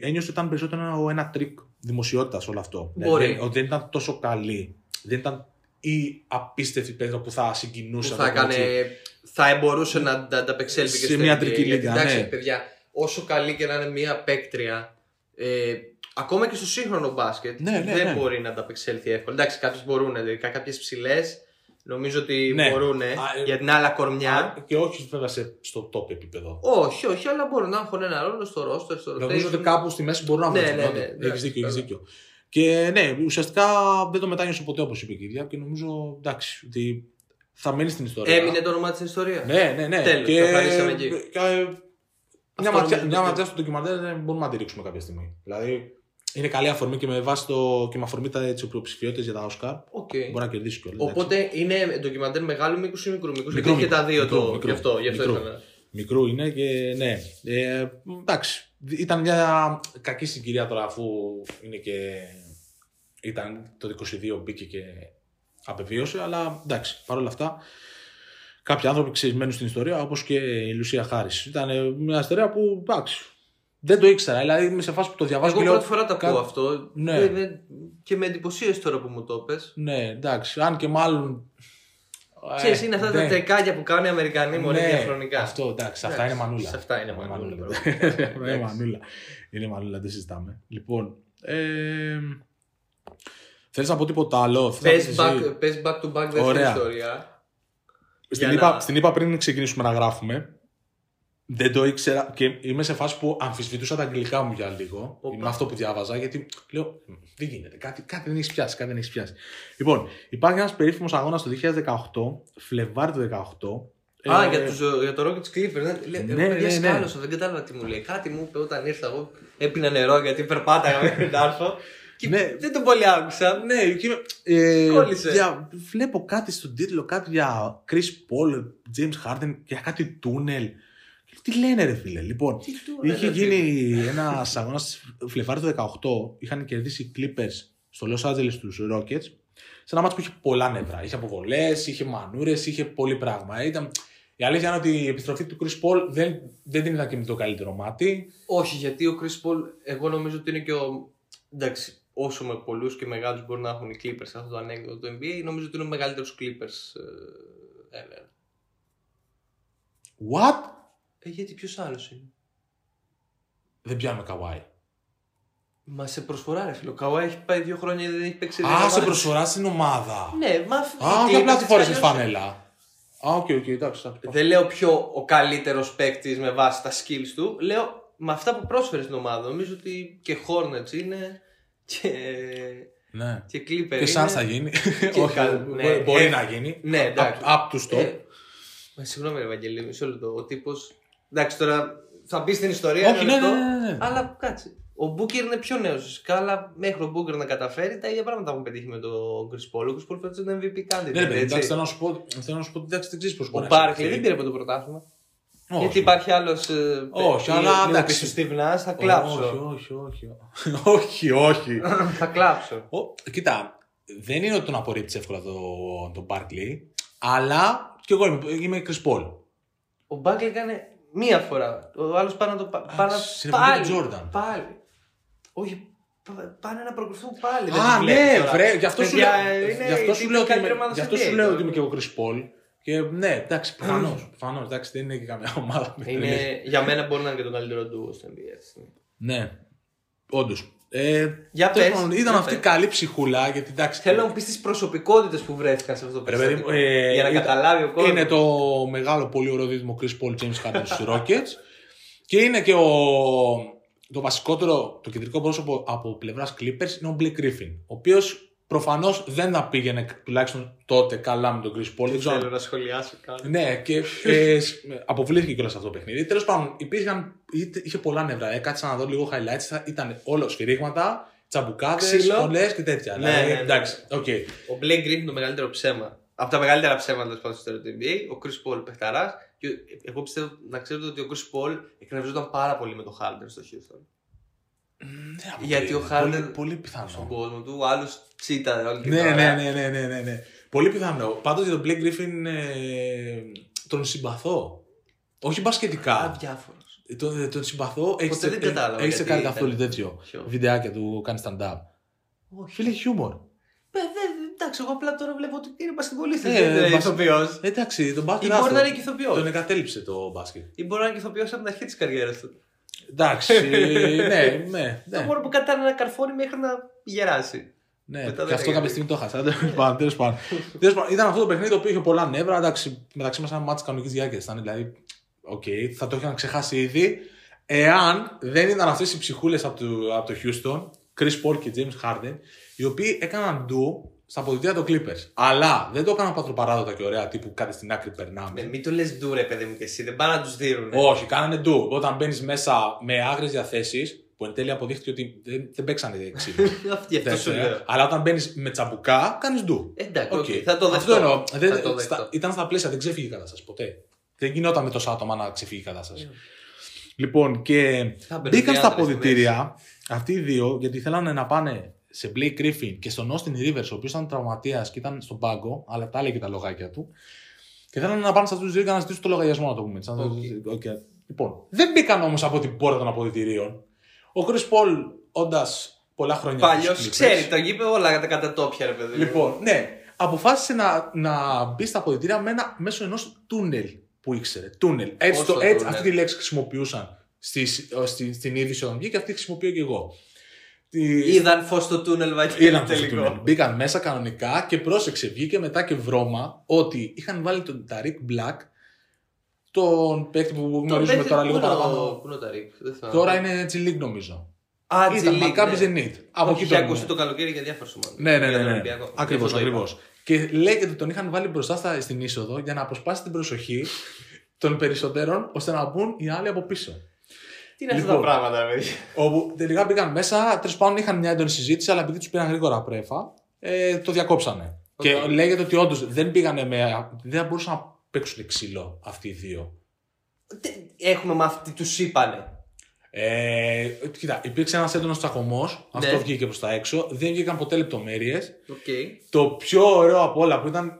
Speaker 1: ένιωσε ότι ήταν περισσότερο ένα τρίκ δημοσιότητας όλο αυτό.
Speaker 2: Μπορεί.
Speaker 1: Δηλαδή, ότι δεν ήταν τόσο καλή. Δεν ήταν η απίστευτη παίδρα που θα συγκινούσε.
Speaker 2: που
Speaker 1: να
Speaker 2: θα
Speaker 1: το πω έτσι.
Speaker 2: έκανε, θα μπορούσε να τα ανταπεξέλθει και
Speaker 1: Σε
Speaker 2: στο
Speaker 1: μια
Speaker 2: NBA,
Speaker 1: τρική
Speaker 2: γιατί,
Speaker 1: λίγα,
Speaker 2: Εντάξει,
Speaker 1: ναι.
Speaker 2: παιδιά, όσο καλή και να είναι μια παίκτρια, ε, ακόμα και στο σύγχρονο μπάσκετ,
Speaker 1: Ναι, ναι,
Speaker 2: δεν
Speaker 1: ναι.
Speaker 2: μπορεί να ανταπεξέλθει εύκολα. Εντάξει, κάποιες μπορούν, ε, ειδικά κάποιες ψηλές, νομίζω ότι
Speaker 1: Ναι.
Speaker 2: μπορούν
Speaker 1: ε,
Speaker 2: για την άλλα κορμιά.
Speaker 1: Και όχι βέβαια σε- στο top επίπεδο.
Speaker 2: όχι, όχι, αλλά μπορούν να έχουν ένα ρόλο στο ρόστο, στο
Speaker 1: Νομίζω
Speaker 2: rotation.
Speaker 1: ότι κάπου στη μέση μπορούν να
Speaker 2: Ναι,
Speaker 1: βρουν.
Speaker 2: ναι, ναι, ναι,
Speaker 1: Έχεις δίκιο, έχεις
Speaker 2: καλά.
Speaker 1: δίκιο. Και ναι, ουσιαστικά δεν το μετάνιωσε ποτέ όπως είπε η κυρία και νομίζω εντάξει ότι θα μείνει στην ιστορία.
Speaker 2: Έμεινε το όνομά της ιστορία.
Speaker 1: Ναι, ναι, ναι.
Speaker 2: Τέλος,
Speaker 1: και...
Speaker 2: το χαρίσαμε εκεί.
Speaker 1: και, ε, Μια,
Speaker 2: Αυτό
Speaker 1: ματιά,
Speaker 2: νομίζω
Speaker 1: μια
Speaker 2: ότι-
Speaker 1: ματιά στο ντοκιμαντέρ δεν μπορούμε να τη ρίξουμε κάποια στιγμή. Δηλαδή είναι καλή αφορμή και με βάση το. και με αφορμή τα έτσι προψηφιότητε για τα Όσκαρ.
Speaker 2: Οκ.
Speaker 1: Μπορεί να κερδίσει κιόλας.
Speaker 2: Οπότε είναι ντοκιμαντέρ μεγάλου μήκους ή μικρού μήκους. Γιατί
Speaker 1: Μικρού
Speaker 2: είχε τα
Speaker 1: μήκους,
Speaker 2: δύο
Speaker 1: μικρού,
Speaker 2: το.
Speaker 1: μικρού,
Speaker 2: γι' αυτό, γι αυτό
Speaker 1: μικρού.
Speaker 2: ήθελα.
Speaker 1: Μικρού είναι και ναι. Ε, εντάξει. Ήταν μια κακή συγκυρία τώρα αφού είναι και. ήταν το 22 μπήκε και απεβίωσε, αλλά εντάξει, παρόλα αυτά. Κάποιοι άνθρωποι ξέρεις, μένουν στην ιστορία, όπως και η Λουσία Χάρη. Ήταν μια ιστορία που εντάξει. Δεν το ήξερα, δηλαδή είμαι σε φάση που το διαβάζω.
Speaker 2: Εγώ
Speaker 1: και λέω,
Speaker 2: πρώτη φορά τα ακούω
Speaker 1: κα-
Speaker 2: αυτό.
Speaker 1: Ναι.
Speaker 2: Ε, δεν- Και με εντυπωσίασε τώρα που μου το πες.
Speaker 1: Ναι, εντάξει. Αν και μάλλον. ε,
Speaker 2: Ξέρεις, είναι αυτά τα
Speaker 1: ναι.
Speaker 2: τρεκάκια που κάνουν οι Αμερικανοί μωρέ
Speaker 1: Ναι,
Speaker 2: διαχρονικά.
Speaker 1: Αυτό, εντάξει, σε αυτά είναι
Speaker 2: Εντάξει,
Speaker 1: μανούλα.
Speaker 2: σε αυτά είναι μανούλα,
Speaker 1: μανούλα. Είναι
Speaker 2: Εντάξει.
Speaker 1: μανούλα. Είναι μανούλα, δεν συζητάμε. Λοιπόν, ε, θέλεις να πω τίποτα άλλο. Θες
Speaker 2: Πες
Speaker 1: να πεις εσύ?
Speaker 2: back, πες back to back δεύτερη
Speaker 1: Ωραία.
Speaker 2: ιστορία.
Speaker 1: Στην
Speaker 2: για
Speaker 1: είπα,
Speaker 2: να-
Speaker 1: στην είπα πριν ξεκινήσουμε να γράφουμε. Δεν το ήξερα και είμαι σε φάση που αμφισβητούσα τα αγγλικά μου για λίγο.
Speaker 2: Οπα.
Speaker 1: Με αυτό που διάβαζα, γιατί λέω: «Μ, Δεν γίνεται, κάτι, κάτι δεν έχει πιάσει, κάτι δεν έχει πιάσει. Λοιπόν, υπάρχει ένας περίφημος αγώνας το 2018, Φλεβάρι του 2018.
Speaker 2: Α,
Speaker 1: ε,
Speaker 2: για, τους, για το Rockets Clippers. Ναι, ναι,
Speaker 1: ναι,
Speaker 2: ναι,
Speaker 1: ναι, ναι.
Speaker 2: δεν κατάλαβα τι μου λέει. Κάτι μου είπε όταν ήρθα εγώ. Έπινα νερό γιατί περπάταγα μέχρι να έρθω. Και
Speaker 1: Ναι.
Speaker 2: δεν τον πολύ άκουσα.
Speaker 1: Ναι, εκεί είμαι- ε,
Speaker 2: Κόλλησε.
Speaker 1: για- βλέπω κάτι στον τίτλο, κάτι για Chris Paul, James Harden, για κάτι τούνελ. Τι λένε ρε φίλε, λοιπόν.
Speaker 2: Τι του, ρε,
Speaker 1: Είχε
Speaker 2: ρε,
Speaker 1: γίνει ένα αγώνα Φλεβάρι του 18. Είχαν κερδίσει οι Clippers στο Los Angeles τους Rockets. Σε ένα μάτσο που είχε πολλά νεύρα. Είχε αποβολές, είχε μανούρες, είχε πολύ πράγμα. Ήταν... Η αλήθεια είναι ότι η επιστροφή του Chris Paul δεν, δεν την ήταν και με το καλύτερο μάτι.
Speaker 2: Όχι, γιατί ο Chris Paul, εγώ νομίζω ότι είναι και ο. Εντάξει, όσο με πολλούς και μεγάλους μπορεί να έχουν οι Clippers αυτό το ανέκδοτο του NBA, νομίζω ότι είναι ο μεγαλύτερος Clippers ε, ever.
Speaker 1: What?
Speaker 2: Ε, γιατί ποιος άλλος είναι.
Speaker 1: Δεν πιάνουμε καουάι.
Speaker 2: Μα σε προσφορά, ρε φίλο. Καουά έχει πάει δύο χρόνια δεν έχει παίξει.
Speaker 1: Α,
Speaker 2: δύο
Speaker 1: σε
Speaker 2: ομάδες.
Speaker 1: προσφορά στην ομάδα.
Speaker 2: Ναι, μα οι
Speaker 1: Α, όχι
Speaker 2: Clippers
Speaker 1: απλά τη
Speaker 2: έτσι
Speaker 1: φόρεσε
Speaker 2: κι αλλιώς-
Speaker 1: φανέλα. Α, οκ, οκ, εντάξει. εντάξει.
Speaker 2: Δεν λέω ποιο ο καλύτερος παίκτης με βάση τα skills του. Λέω με αυτά που πρόσφερες στην ομάδα. Νομίζω ότι και Hornets είναι και,
Speaker 1: Ναι.
Speaker 2: και Clippers.
Speaker 1: Και σαν θα γίνει. Όχι,
Speaker 2: κα-
Speaker 1: μπο-
Speaker 2: ναι.
Speaker 1: μπορεί
Speaker 2: Ε,
Speaker 1: να γίνει.
Speaker 2: ναι, εντάξει.
Speaker 1: Απ' του
Speaker 2: Ε,
Speaker 1: top.
Speaker 2: μα συγγνώμη, Ευαγγελή, μισό λεπτό. Ο τύπος. Εντάξει, τώρα θα μπεις στην ιστορία.
Speaker 1: Όχι,
Speaker 2: ένα
Speaker 1: ναι, ναι,
Speaker 2: λεπτό,
Speaker 1: ναι, ναι.
Speaker 2: Αλλά κάτσε. Ο Μπούκερ είναι πιο νέος φυσικά, αλλά μέχρι ο Μπούκερ να καταφέρει τα ίδια πράγματα έχουν πετύχει με τον Chris Paul. Ο Chris Paul φέτος είναι MVP candidate.
Speaker 1: Ναι, ρε παιδί,
Speaker 2: έτσι.
Speaker 1: εντάξει, θέλω να σου πω, θέλω να σου πω ότι εντάξει, δεν ξέρεις πώς
Speaker 2: ο Barkley δεν πήρε από το πρωτάθλημα. Γιατί υπάρχει άλλος.
Speaker 1: Όχι, αλλά εντάξει.
Speaker 2: Πίσω στη Βλάς, θα κλάψω.
Speaker 1: Όχι, όχι, όχι. όχι, όχι.
Speaker 2: θα κλάψω.
Speaker 1: Ο, κοίτα, δεν είναι ότι τον απορρίπτεις εύκολα τον το Barkley, αλλά και εγώ είμαι, είμαι Chris Paul.
Speaker 2: Ο Μπάκλι έκανε μία φορά. Ο άλλος πάνω το. πα- Πάνω,
Speaker 1: συνεργαζόταν
Speaker 2: πάλι,
Speaker 1: με τον Jordan.
Speaker 2: Πάλι. Όχι. π- πάνε να προκριθούν πάλι. δεν
Speaker 1: Α,
Speaker 2: τις βλέπεις
Speaker 1: ναι,
Speaker 2: τώρα.
Speaker 1: βρε, γι' αυτό σου λέω,
Speaker 2: Παιδιά, είναι
Speaker 1: γι' αυτό
Speaker 2: η
Speaker 1: σου λέω ότι
Speaker 2: καλύτερη
Speaker 1: είμαι,
Speaker 2: ομάδα
Speaker 1: γι'
Speaker 2: στο
Speaker 1: αυτό
Speaker 2: NBA
Speaker 1: σου λέω ότι
Speaker 2: τώρα.
Speaker 1: είμαι και ο Chris Paul. Και ναι, εντάξει, προφανώς. Προφανώς, εντάξει, δεν είναι και καμιά ομάδα. που τρελή.
Speaker 2: Είναι, για μένα μπορεί να είναι και το καλύτερο του στο NBA. αυτή τη στιγμή.
Speaker 1: Ναι, όντως. Ε,
Speaker 2: Για
Speaker 1: τέλος
Speaker 2: πες,
Speaker 1: πάντων,
Speaker 2: για
Speaker 1: ήταν αυτή
Speaker 2: πες.
Speaker 1: καλή ψυχούλα, γιατί εντάξει.
Speaker 2: Θέλω να μου πεις τις προσωπικότητες που βρέθηκαν σε αυτό το
Speaker 1: Ρε παιδί μου,
Speaker 2: περιστατικό.
Speaker 1: ε,
Speaker 2: για να
Speaker 1: ήταν-
Speaker 2: καταλάβει ο κόσμο.
Speaker 1: Είναι το μεγάλο πολύ ωραίο δίδυμο Chris Paul James Harden στους Rockets. Και είναι και ο, το βασικότερο, το κεντρικό πρόσωπο από πλευράς Clippers είναι ο Blake Griffin, ο οποίος προφανώς δεν θα πήγαινε τουλάχιστον τότε καλά με τον Chris Paul. Δεν ξέρω αν
Speaker 2: Θέλω να σχολιάσω κάτι.
Speaker 1: ναι, και ε, σ- αποβλήθηκε κιόλας αυτό το παιχνίδι. Τέλος πάντων, υπήρχαν, είτε- είχε πολλά νευρά. Ε, κάτσα να δω λίγο highlights. θα- Ήταν όλο σφυρίγματα, τσαμπουκάδες,
Speaker 2: Ξύλο.
Speaker 1: πολλέ και τέτοια.
Speaker 2: Ναι,
Speaker 1: δηλαδή,
Speaker 2: ναι, ναι.
Speaker 1: εντάξει, οκ.
Speaker 2: Ο Blake Griffin είναι το μεγαλύτερο ψέμα. Από τα μεγαλύτερα ψέματα που στο του NBA. Ο Chris Paul παιχταράς. Και ο- εγώ πιστεύω να ξέρετε ότι ο Chris Paul εκνευριζόταν πάρα πολύ με τον Harden στο Houston.
Speaker 1: Δεν αποκλείεται.
Speaker 2: Γιατί ο
Speaker 1: Ναι, Πολύ-
Speaker 2: Harden-
Speaker 1: Πολύ
Speaker 2: Στον
Speaker 1: πιθανό.
Speaker 2: κόσμο του, άλλος τσίτα. όλη την
Speaker 1: Ναι,
Speaker 2: ώρα.
Speaker 1: ναι, ναι, ναι, ναι, ναι, ναι. Πολύ πιθανό. Πάντως για τον Blake Griffin ε, τον συμπαθώ. Όχι μπασκετικά.
Speaker 2: Αδιάφορο.
Speaker 1: Τον, τον συμπαθώ. Έχεις-
Speaker 2: δεν κατάλαβα
Speaker 1: έχεις
Speaker 2: γιατί
Speaker 1: κάνει
Speaker 2: ήταν.
Speaker 1: καθόλου τέτοιο.
Speaker 2: Ποιο?
Speaker 1: Βιντεάκια του κάνει stand-up. Φίλε, χιούμορ.
Speaker 2: Ε, δε- εντάξει, εγώ απλά τώρα βλέπω ότι είναι πασχολίστη.
Speaker 1: Ε,
Speaker 2: Δεν είναι
Speaker 1: μπασ-
Speaker 2: ηθοποιός.
Speaker 1: Εντάξει, τον
Speaker 2: Ή
Speaker 1: μπάσκετ.
Speaker 2: μπορεί να
Speaker 1: άστο.
Speaker 2: είναι και
Speaker 1: Τον
Speaker 2: ηθοποιό.
Speaker 1: εγκατέλειψε το μπάσκετ.
Speaker 2: Ή μπορεί να είναι και ηθοποιός από την αρχή της καριέρας του.
Speaker 1: Εντάξει, ναι, ναι.
Speaker 2: Το
Speaker 1: ναι,
Speaker 2: μόνο που κατάφερε να καρφώνει μέχρι να γεράσει.
Speaker 1: ναι.
Speaker 2: μετά
Speaker 1: Και
Speaker 2: δεν
Speaker 1: αυτό
Speaker 2: έγινε.
Speaker 1: κάποια στιγμή το έχασα. Τέλος πάντων, τέλος πάντων. Τέλος πάντων, Ήταν αυτό το παιχνίδι το οποίο είχε πολλά νεύρα. Εντάξει, μεταξύ μας ένα μάτι κανονικής διάρκειας ήταν. Δηλαδή, οκ, θα το είχαν ξεχάσει ήδη. Εάν δεν ήταν αυτές οι ψυχούλες από το, από το Houston, Chris Paul και James Harden, οι οποίοι έκαναν ντου στα αποδητήρια των Clippers. Αλλά δεν το έκαναν πατροπαράδοτα και ωραία, τύπου κάτι στην άκρη περνάμε.
Speaker 2: Ναι, μην το λες ντουρε, παιδί μου και εσύ. Δεν πάνε να τους δίνουν.
Speaker 1: Όχι, κάνανε ντου. Όταν μπαίνεις μέσα με άγριες διαθέσεις, που εν τέλει αποδείχθηκε ότι δεν, δεν παίξανε ξύλο.
Speaker 2: Αυτή αυτό σου
Speaker 1: Τέτοια.
Speaker 2: λέω.
Speaker 1: Αλλά όταν μπαίνεις με τσαμπουκά, κάνεις ντου.
Speaker 2: Εντάξει,
Speaker 1: Οκ.
Speaker 2: οκ, θα το
Speaker 1: Αυτό εννοώ.
Speaker 2: δεχτώ.
Speaker 1: Δεν-
Speaker 2: Θα το
Speaker 1: στα-
Speaker 2: δεχτώ.
Speaker 1: ήταν στα πλαίσια, δεν ξέφυγε η κατάσταση ποτέ. Δεν γινόταν με τόσα άτομα να ξεφύγει η
Speaker 2: Ναι.
Speaker 1: κατάσταση. Λοιπόν, και
Speaker 2: Θα μπαίνουν
Speaker 1: μπήκαν
Speaker 2: οι
Speaker 1: στα
Speaker 2: άντρες στη
Speaker 1: αποδητήρια αυτοί οι δύο γιατί θέλανε να πάνε σε Blake Griffin και στον Austin Rivers, ο οποίος ήταν τραυματίας και ήταν στον πάγκο, αλλά τα έλεγε τα λογάκια του. Και θέλανε να πάνε σε αυτού του δύο και να ζητήσουν το λογαριασμό, να το πούμε. έτσι, να το- Οκ. Λοιπόν, δεν μπήκαν όμως από την πόρτα των αποδητηρίων. Ο Chris Paul, όντας πολλά χρόνια.
Speaker 2: Παλιός
Speaker 1: στους Clippers,
Speaker 2: ξέρει, τα γήπε όλα τα κατά τόπια, ρε παιδί. μου.
Speaker 1: Λοιπόν, ναι, αποφάσισε να, να μπει στα αποδητήρια με ένα, μέσω ενός τούνελ που ήξερε. Τούνελ. Έτσι,
Speaker 2: Πόσο
Speaker 1: το, έτσι
Speaker 2: τούνελ?
Speaker 1: αυτή τη λέξη χρησιμοποιούσαν στις, ε, στη, στην είδηση όταν βγήκε, αυτή τη χρησιμοποιώ και εγώ. Τι-
Speaker 2: είδαν φως στο τούνελ, βαγγέλη.
Speaker 1: Είδαν αυτό το τούνελ. Μπήκαν μέσα κανονικά και πρόσεξε, βγήκε μετά και βρώμα ότι είχαν βάλει τον Ταρικ Μπλακ, τον παίκτη που γνωρίζουμε τώρα λίγο παραπάνω.
Speaker 2: Πού είναι ο Ταρίκ, δεν θυμάμαι.
Speaker 1: Τώρα είναι G League νομίζω.
Speaker 2: Α, G
Speaker 1: Ήταν
Speaker 2: League,
Speaker 1: Μακάμπι
Speaker 2: ναι.
Speaker 1: Zenit. Από
Speaker 2: Όχι,
Speaker 1: εκεί
Speaker 2: είχε
Speaker 1: τον-
Speaker 2: ακουστεί το καλοκαίρι για διάφορα σου
Speaker 1: Ναι, ναι, ναι. ναι. Ακριβώ, ακριβώς. Και λέει και ότι τον είχαν βάλει μπροστά στα- στην είσοδο για να αποσπάσει την προσοχή των περισσότερων ώστε να μπουν οι άλλοι από πίσω.
Speaker 2: Τι είναι αυτά τα
Speaker 1: Λοιπόν.
Speaker 2: πράγματα, ρε παιδί.
Speaker 1: Όπου τελικά μπήκαν μέσα, τέλος πάντων είχαν μια έντονη συζήτηση, αλλά επειδή τους πήραν γρήγορα πρέφα, ε, το διακόψανε.
Speaker 2: Οκ.
Speaker 1: Και λέγεται ότι όντως δεν πήγανε με. δεν μπορούσαν να παίξουν ξύλο αυτοί οι δύο.
Speaker 2: Τι- Έχουμε μάθει τι τους είπανε.
Speaker 1: Ε, κοίτα, υπήρξε ένας έντονος τσακωμός,
Speaker 2: Ναι.
Speaker 1: αυτό βγήκε προς τα έξω, δεν βγήκαν ποτέ λεπτομέρειες.
Speaker 2: Οκ.
Speaker 1: Το πιο ωραίο από όλα που ήταν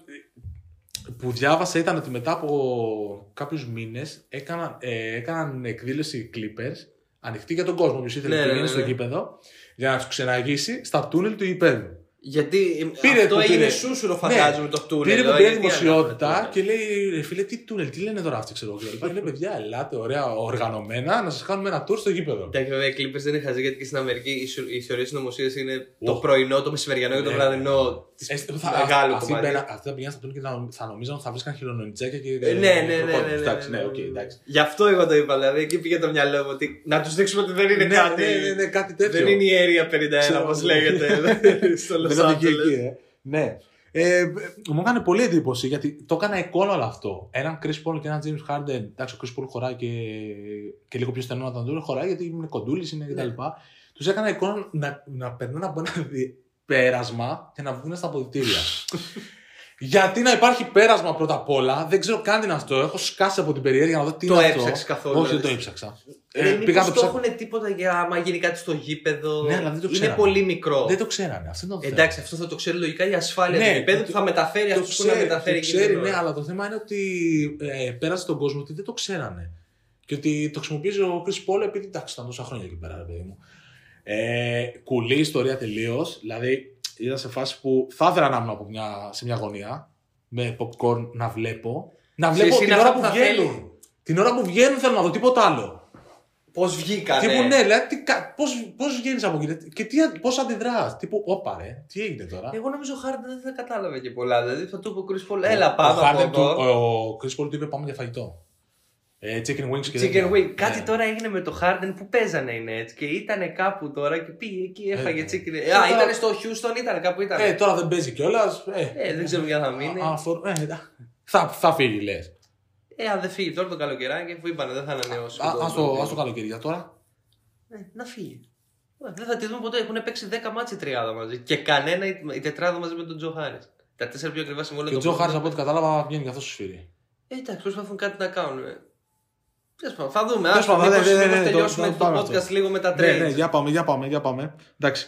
Speaker 1: που διάβασα ήταν ότι μετά από κάποιους μήνες έκαναν, ε, έκαναν εκδήλωση οι Clippers ανοιχτή για τον κόσμο, όποιος ήθελε
Speaker 2: Ναι,
Speaker 1: να
Speaker 2: ναι,
Speaker 1: γίνει
Speaker 2: ναι,
Speaker 1: στο
Speaker 2: ναι.
Speaker 1: γήπεδο για να τους ξεναγήσει στα τούνελ του γήπεδου.
Speaker 2: Γιατί ε,
Speaker 1: Πήρε
Speaker 2: αυτό
Speaker 1: που
Speaker 2: έγινε
Speaker 1: πήρε. Ναι.
Speaker 2: σούσουρο, φαντάζομαι, το τούνελ.
Speaker 1: Πήρε που
Speaker 2: δηλαδή,
Speaker 1: πήρε
Speaker 2: γιατί
Speaker 1: δημοσιότητα
Speaker 2: άλλο.
Speaker 1: και λέει: «Ρε Φίλε, τι τούνελ, τι λένε τώρα αυτοί, ξέρω εγώ. και τα λοιπά». Λέει: Παιδιά, ελάτε ωραία, οργανωμένα να σας κάνουμε ένα tour στο γήπεδο.
Speaker 2: Εντάξει, βέβαια, οι Clippers δεν είναι χαζοί γιατί και στην Αμερική οι σου- οι θεωρίες συνωμοσίας είναι
Speaker 1: Οχ.
Speaker 2: το πρωινό, το μεσημεριανό και το
Speaker 1: Ναι.
Speaker 2: βραδινό. της
Speaker 1: Ε, θα-
Speaker 2: Μεγάλο
Speaker 1: αυτοί
Speaker 2: κομμάτι.
Speaker 1: μπαίνα- Αυτοί θα πήγαιναν στα τούνελ και θα- θα νομίζαν ότι θα βρίσκαν χειρονομιτσάκια και.
Speaker 2: Ε, Ναι, ναι, ναι, ναι, ναι,
Speaker 1: Εντάξει, ναι,
Speaker 2: ναι,
Speaker 1: οκ,
Speaker 2: ναι.
Speaker 1: εντάξει.
Speaker 2: Γι' αυτό εγώ το είπα, δηλαδή εκεί πήγε το μυαλό μου ότι να τους δείξουμε ότι δεν είναι
Speaker 1: Ναι,
Speaker 2: κάτι.
Speaker 1: ναι, ναι, ναι, κάτι τέτοιο.
Speaker 2: Δεν είναι η Area 51,
Speaker 1: Ξέρω,
Speaker 2: όπως
Speaker 1: ναι.
Speaker 2: λέγεται δηλαδή, στο Los
Speaker 1: Μετά πήγε εκεί,
Speaker 2: Angeles.
Speaker 1: ε. Ναι. Ε, μου έκανε πολύ εντύπωση γιατί το έκανα εικόνα όλο αυτό. Έναν Chris Paul και έναν James Harden. Εντάξει, ο Chris Paul χωράει και, και λίγο πιο στενό όταν τον χωράει γιατί είναι κοντούλης είναι κτλ.
Speaker 2: Ναι.
Speaker 1: Του έκανα εικόνα να, να περνάνε από ένα δι- πέρασμα και να βγουν στα αποδητήρια. γιατί να υπάρχει πέρασμα πρώτα απ' όλα, δεν ξέρω καν τι είναι αυτό. Έχω σκάσει από την περιέργεια να δω τι
Speaker 2: Το
Speaker 1: είναι αυτό.
Speaker 2: έψαξες καθόλου,
Speaker 1: Όχι, δεν
Speaker 2: δηλαδή.
Speaker 1: το έψαξα. Ε,
Speaker 2: Δεν
Speaker 1: πήγα να το ψάξω.
Speaker 2: έχουν τίποτα για άμα γίνει κάτι στο γήπεδο.
Speaker 1: Ναι, αλλά δεν το Ναι,
Speaker 2: είναι
Speaker 1: ξέραμε.
Speaker 2: πολύ μικρό.
Speaker 1: Δεν το ξέρανε. Αυτό είναι το θέμα.
Speaker 2: Ε, Εντάξει, αυτό θα το ξέρει λογικά η ασφάλεια
Speaker 1: Ναι,
Speaker 2: του γηπέδου που
Speaker 1: το-
Speaker 2: θα μεταφέρει
Speaker 1: το
Speaker 2: αυτού που να
Speaker 1: ξέρει,
Speaker 2: μεταφέρει
Speaker 1: το ξέρει
Speaker 2: κίνδυνο.
Speaker 1: ναι, αλλά το θέμα είναι ότι ε, πέρασε τον κόσμο ότι δεν το ξέρανε. Και ότι το χρησιμοποιείς ο Chris Paul επειδή εντάξει, ήταν τόσα χρόνια εκεί πέρα, ρε παιδί μου. Ε, κουλή ιστορία τελείως. Δηλαδή, ήταν σε φάση που θα ήθελα να ήμουν από μια, σε μια γωνία με popcorn να βλέπω. Να βλέπω
Speaker 2: Ξέρεις,
Speaker 1: την
Speaker 2: είναι
Speaker 1: ώρα
Speaker 2: αυτά
Speaker 1: που
Speaker 2: που θα
Speaker 1: βγαίνουν.
Speaker 2: θέλεις.
Speaker 1: Την ώρα που βγαίνουν θέλω να δω τίποτα άλλο.
Speaker 2: Πώς βγήκανε.
Speaker 1: Τύπου ναι, δηλαδή, τι κα- πώς, πώς βγαίνεις από εκεί ρε, και τι, πώς αντιδράς. Τύπου, όπα ρε, τι έγινε τώρα.
Speaker 2: Εγώ νομίζω ο Χάρντεν δεν κατάλαβε και πολλά. Δηλαδή θα του είπε ο Chris Paul, έλα πάμε
Speaker 1: Ναι, Ο,
Speaker 2: από
Speaker 1: Harden του,
Speaker 2: εδώ.
Speaker 1: ο, ο Chris Paul του είπε πάμε για φαγητό. Ε, chicken wings και
Speaker 2: Chicken
Speaker 1: τέτοια.
Speaker 2: wing. Κάτι
Speaker 1: Ναι.
Speaker 2: τώρα έγινε με το Harden που παίζανε είναι έτσι και ήταν κάπου τώρα και πήγε εκεί, έφαγε
Speaker 1: Ε,
Speaker 2: chicken.
Speaker 1: ε,
Speaker 2: Α,
Speaker 1: τώρα-
Speaker 2: ήταν στο Houston, ήταν κάπου ήταν.
Speaker 1: Ε, τώρα δεν παίζει κιόλας. Ε,
Speaker 2: Ε, δεν ξέρω για θα μείνει.
Speaker 1: Α, αφορ- ε, εντά- θα, θα φύγει, λες.
Speaker 2: Ε, αν δεν φύγει τώρα το καλοκαιράκι που είπανε δεν θα ανανεώσει.
Speaker 1: Α το, ας το καλοκαίρι για τώρα.
Speaker 2: Ε, να φύγει. Ε, Δεν θα τη δούμε ποτέ. Έχουν παίξει 10 μάτσε τριάδα μαζί. Και κανένα η, η τετράδα μαζί με τον Τζο Χάρις. Τα τέσσερα πιο ακριβά συμβόλαια.
Speaker 1: Και ο
Speaker 2: των
Speaker 1: Τζο Χάρι
Speaker 2: πρώτων.
Speaker 1: από ό,τι κατάλαβα βγαίνει καθώς σου σφύρι.
Speaker 2: Ε, εντάξει, προσπαθούν κάτι να κάνουν. ε. Τέλος πάντων, θα δούμε.
Speaker 1: Τέλος
Speaker 2: Ας
Speaker 1: πάντων,
Speaker 2: μήπως-
Speaker 1: ναι, ναι, ναι,
Speaker 2: μήπως
Speaker 1: ναι, το-
Speaker 2: τελειώσουμε
Speaker 1: το-
Speaker 2: το
Speaker 1: πάμε
Speaker 2: podcast
Speaker 1: αυτό.
Speaker 2: λίγο με τα
Speaker 1: Ναι, ναι,
Speaker 2: trades.
Speaker 1: για πάμε, για πάμε, για πάμε. Εντάξει.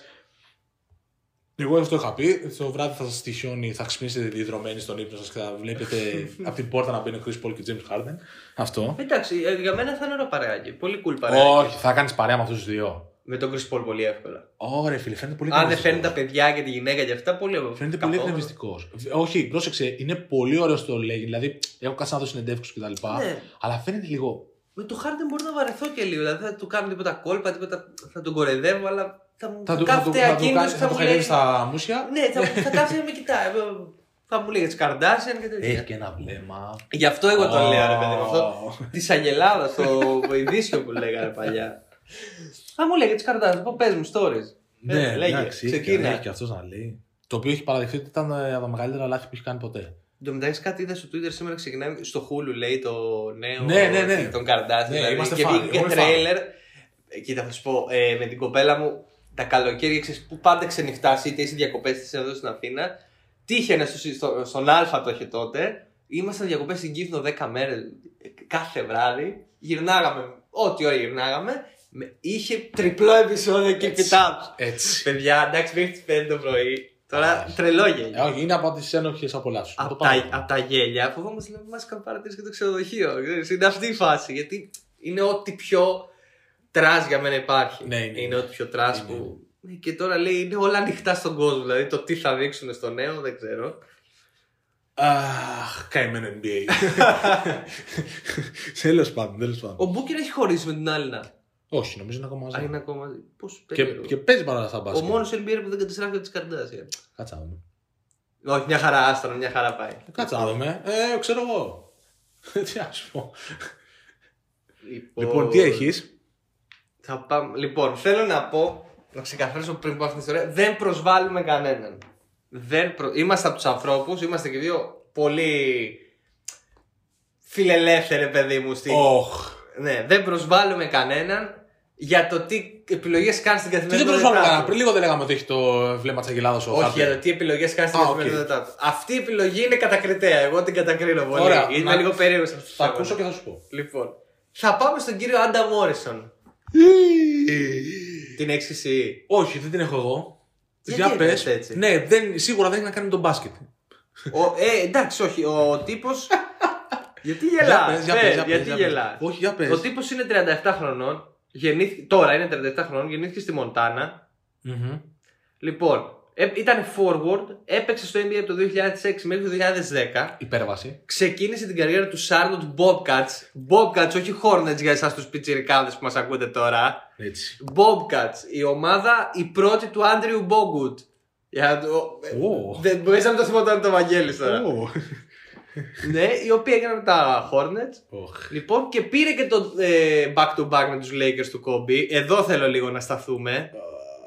Speaker 1: Εγώ αυτό είχα πει. Το βράδυ θα σας τυχιώνει, θα ξυπνήσετε διδρομένοι στον ύπνο σας και θα βλέπετε από την πόρτα να μπαίνει ο Chris Paul και ο James Harden. Αυτό.
Speaker 2: Εντάξει, ε, για μένα θα είναι ωραίο παρεάκι. Πολύ cool παρεάκι.
Speaker 1: Όχι, θα κάνεις παρέα με αυτούς τους δύο.
Speaker 2: Με τον Chris Paul πολύ εύκολα.
Speaker 1: Ωραία, φίλε, φαίνεται πολύ
Speaker 2: Αν δεν
Speaker 1: καλός.
Speaker 2: φέρνει τα παιδιά και τη γυναίκα και αυτά, πολύ ωραίο.
Speaker 1: Φαίνεται πολύ
Speaker 2: Καθόλου.
Speaker 1: εκνευριστικός. Όχι, πρόσεξε, είναι πολύ ωραίο το λέγει. Δηλαδή, έχω κάτσει να δω συνεντεύξεις κτλ.
Speaker 2: Ναι.
Speaker 1: Αλλά φαίνεται λίγο.
Speaker 2: Με το Harden μπορώ να βαρεθώ και λίγο. Δηλαδή θα του κάνω τίποτα κόλπα, τίποτα. Θα τον κορεδεύω, αλλά θα μου
Speaker 1: Θα του θα του-
Speaker 2: κάθεται
Speaker 1: θα του
Speaker 2: ακίνητο
Speaker 1: κάνεις-
Speaker 2: και
Speaker 1: θα
Speaker 2: θα
Speaker 1: του
Speaker 2: μου
Speaker 1: χαϊδεύει
Speaker 2: λέει.
Speaker 1: στα μουσια.
Speaker 2: Ναι, θα, θα κάθεται να με κοιτάει. Ε, Θα μου λέει για τις Καρδάσιαν και τέτοια.
Speaker 1: Ε, Έχει και ένα βλέμμα.
Speaker 2: Γι' αυτό εγώ τον
Speaker 1: Ω.
Speaker 2: λέω, ρε παιδί μου. Αυτό Ε, της Αγελάδας, το ειδήσιο που λέγανε παλιά. Θα μου λέγε τι καρτάδε, πω πες μου stories.
Speaker 1: Ναι,
Speaker 2: Ε, λέγε,
Speaker 1: εντάξει, έχει και-
Speaker 2: ξεκίνα.
Speaker 1: έχει και αυτός να λέει. Το οποίο έχει παραδειχθεί ότι ήταν ε, από τα μεγαλύτερα λάθη που έχει κάνει ποτέ.
Speaker 2: Εν τω μεταξύ κάτι είδα στο Twitter σήμερα ξεκινάει στο Hulu λέει το νέο
Speaker 1: Ναι, ναι, ναι.
Speaker 2: τον Καρδάσιαν.
Speaker 1: Ναι,
Speaker 2: δηλαδή,
Speaker 1: είμαστε
Speaker 2: και
Speaker 1: fan,
Speaker 2: βγήκε και
Speaker 1: εγώ είμαι fan.
Speaker 2: τρέιλερ. Ε, Κοίτα, θα σου πω, ε, με την κοπέλα μου τα καλοκαίρια ξέρεις, που πάντα ξενυχτά είτε είσαι διακοπές είτε εδώ στην Αθήνα. Τύχαινε στο, στο, στον Α το είχε τότε. Ήμασταν διακοπές στην Κύφνο 10 μέρε κάθε βράδυ. Γυρνάγαμε, ό,τι ώρα γυρνάγαμε. με- Είχε τριπλό επεισόδιο και κοιτάξτε.
Speaker 1: Έτσι.
Speaker 2: Παιδιά, εντάξει, μέχρι τις 5 το πρωί. Τώρα
Speaker 1: Άχι.
Speaker 2: τρελό γέλιο.
Speaker 1: Ε, όχι, είναι από τις ένοχες απολαύσει.
Speaker 2: Απ' τα, απ' τα γέλια, φοβόμαστε να μα είχαν παρατηρήσει και το ξενοδοχείο. ξέρεις. Είναι αυτή η φάση. Γιατί είναι ό,τι πιο τρας για μένα υπάρχει.
Speaker 1: Ναι, είναι.
Speaker 2: Είναι ό,τι πιο τρας
Speaker 1: Είναι.
Speaker 2: που. Ναι, Και τώρα λέει είναι όλα ανοιχτά στον κόσμο. Δηλαδή το τι θα δείξουν στο νέο δεν ξέρω.
Speaker 1: Αχ, καημένο NBA. Τέλος πάντων, τέλος πάντων.
Speaker 2: Ο Μπούκερ έχει χωρίσει με την Άλυνα.
Speaker 1: Όχι, νομίζω είναι ακόμα
Speaker 2: Αν
Speaker 1: μαζί.
Speaker 2: είναι ακόμα. Πώ
Speaker 1: Ναι. Και,
Speaker 2: παίζει.
Speaker 1: και παίζει παρόλα αυτά
Speaker 2: Ο
Speaker 1: μπάσκετ.
Speaker 2: μόνο NBA που δεν καταστράφηκε τη Καρδάσια.
Speaker 1: Κάτσε να δούμε.
Speaker 2: ε. Όχι, μια χαρά άστρα, μια χαρά πάει.
Speaker 1: Κάτσε να δούμε. Ε, ξέρω εγώ. τι να σου πω. Λοιπόν, τι έχεις.
Speaker 2: Θα πάμε... Λοιπόν, θέλω να πω, να ξεκαθαρίσω πριν πω αυτήν την ιστορία, δεν προσβάλλουμε κανέναν. Δεν προ... Είμαστε από τους ανθρώπους, είμαστε και δύο πολύ φιλελεύθεροι, παιδί μου. Στη...
Speaker 1: Οχ.
Speaker 2: Ναι, δεν προσβάλλουμε κανέναν για το τι επιλογές κάνει στην
Speaker 1: Τι δεν
Speaker 2: καθημερινότητά
Speaker 1: προσβάλλουμε
Speaker 2: του.
Speaker 1: κανένα. Πριν λίγο δεν λέγαμε ότι έχει το βλέμμα της Αγελάδα ο
Speaker 2: Όχι,
Speaker 1: Χάρτερ.
Speaker 2: για το τι επιλογές κάνει στην
Speaker 1: Α, οκ.
Speaker 2: καθημερινότητά του. Αυτή η επιλογή είναι κατακριτέα. Εγώ την κατακρίνω πολύ.
Speaker 1: Ωραία,
Speaker 2: Είμαι
Speaker 1: να-
Speaker 2: λίγο περίεργος
Speaker 1: Θα ακούσω και θα σου πω.
Speaker 2: Λοιπόν, θα πάμε στον κύριο Άντα Μόρισον. Την έξιση.
Speaker 1: Όχι, δεν την έχω εγώ.
Speaker 2: Γιατί
Speaker 1: Για πε.
Speaker 2: έκανες έτσι?
Speaker 1: Ναι, δεν, σίγουρα δεν έχει να κάνει με τον μπάσκετ.
Speaker 2: Ο, ε, εντάξει, όχι. Ο τύπος. γιατί
Speaker 1: Για
Speaker 2: γελάς.
Speaker 1: πες, για
Speaker 2: ναι,
Speaker 1: πες, για πες,
Speaker 2: γιατί
Speaker 1: για πες.
Speaker 2: γελάς.
Speaker 1: Όχι, για πες.
Speaker 2: Ο τύπος είναι 37 χρονών. Γεννήθηκε, τώρα είναι 37 χρονών. Γεννήθηκε στη Μοντάνα. Λοιπόν, ε, ήταν forward. Έπαιξε στο NBA από το 2006 μέχρι το 2010.
Speaker 1: Υπέρβαση. Υπέρβαση.
Speaker 2: Ξεκίνησε την καριέρα του Charlotte Bobcats. Bobcats, όχι Hornets για εσάς τους πιτσιρικάδες που μας ακούτε τώρα.
Speaker 1: Έτσι.
Speaker 2: Bobcats, η ομάδα η πρώτη του Άντριου Μπόγκουτ. Για να το-
Speaker 1: Ω.
Speaker 2: Δεν μπορείς να μην το θυμόταν το Βαγγέλης τώρα.
Speaker 1: Ω.
Speaker 2: ναι, η οποία έγινε με τα Hornets.
Speaker 1: Οχ.
Speaker 2: Λοιπόν, και πήρε και το ε, back-to-back με τους Lakers του Kobe. Εδώ θέλω λίγο να σταθούμε.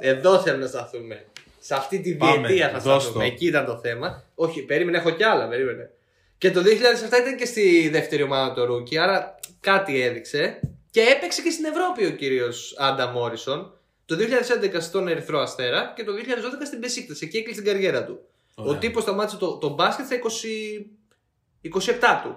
Speaker 2: Εδώ θέλω να σταθούμε. Σε αυτή τη
Speaker 1: Πάμε,
Speaker 2: διετία θα
Speaker 1: δώσ'
Speaker 2: σταθούμε.
Speaker 1: το.
Speaker 2: Εκεί ήταν το θέμα. Όχι, περίμενε, έχω κι άλλα, περίμενε. Και το 2007 ήταν και στη δεύτερη ομάδα του Ρούκι, άρα κάτι έδειξε. Και έπαιξε και στην Ευρώπη ο κύριος Άντα Μόρισον. Το 2011 στον Ερυθρό Αστέρα και το 2012 στην Πεσίκτας. Εκεί έκλεισε την καριέρα του. Ο
Speaker 1: Ωραία.
Speaker 2: τύπος σταμάτησε το, το μπάσκετ στα 20, 27 του.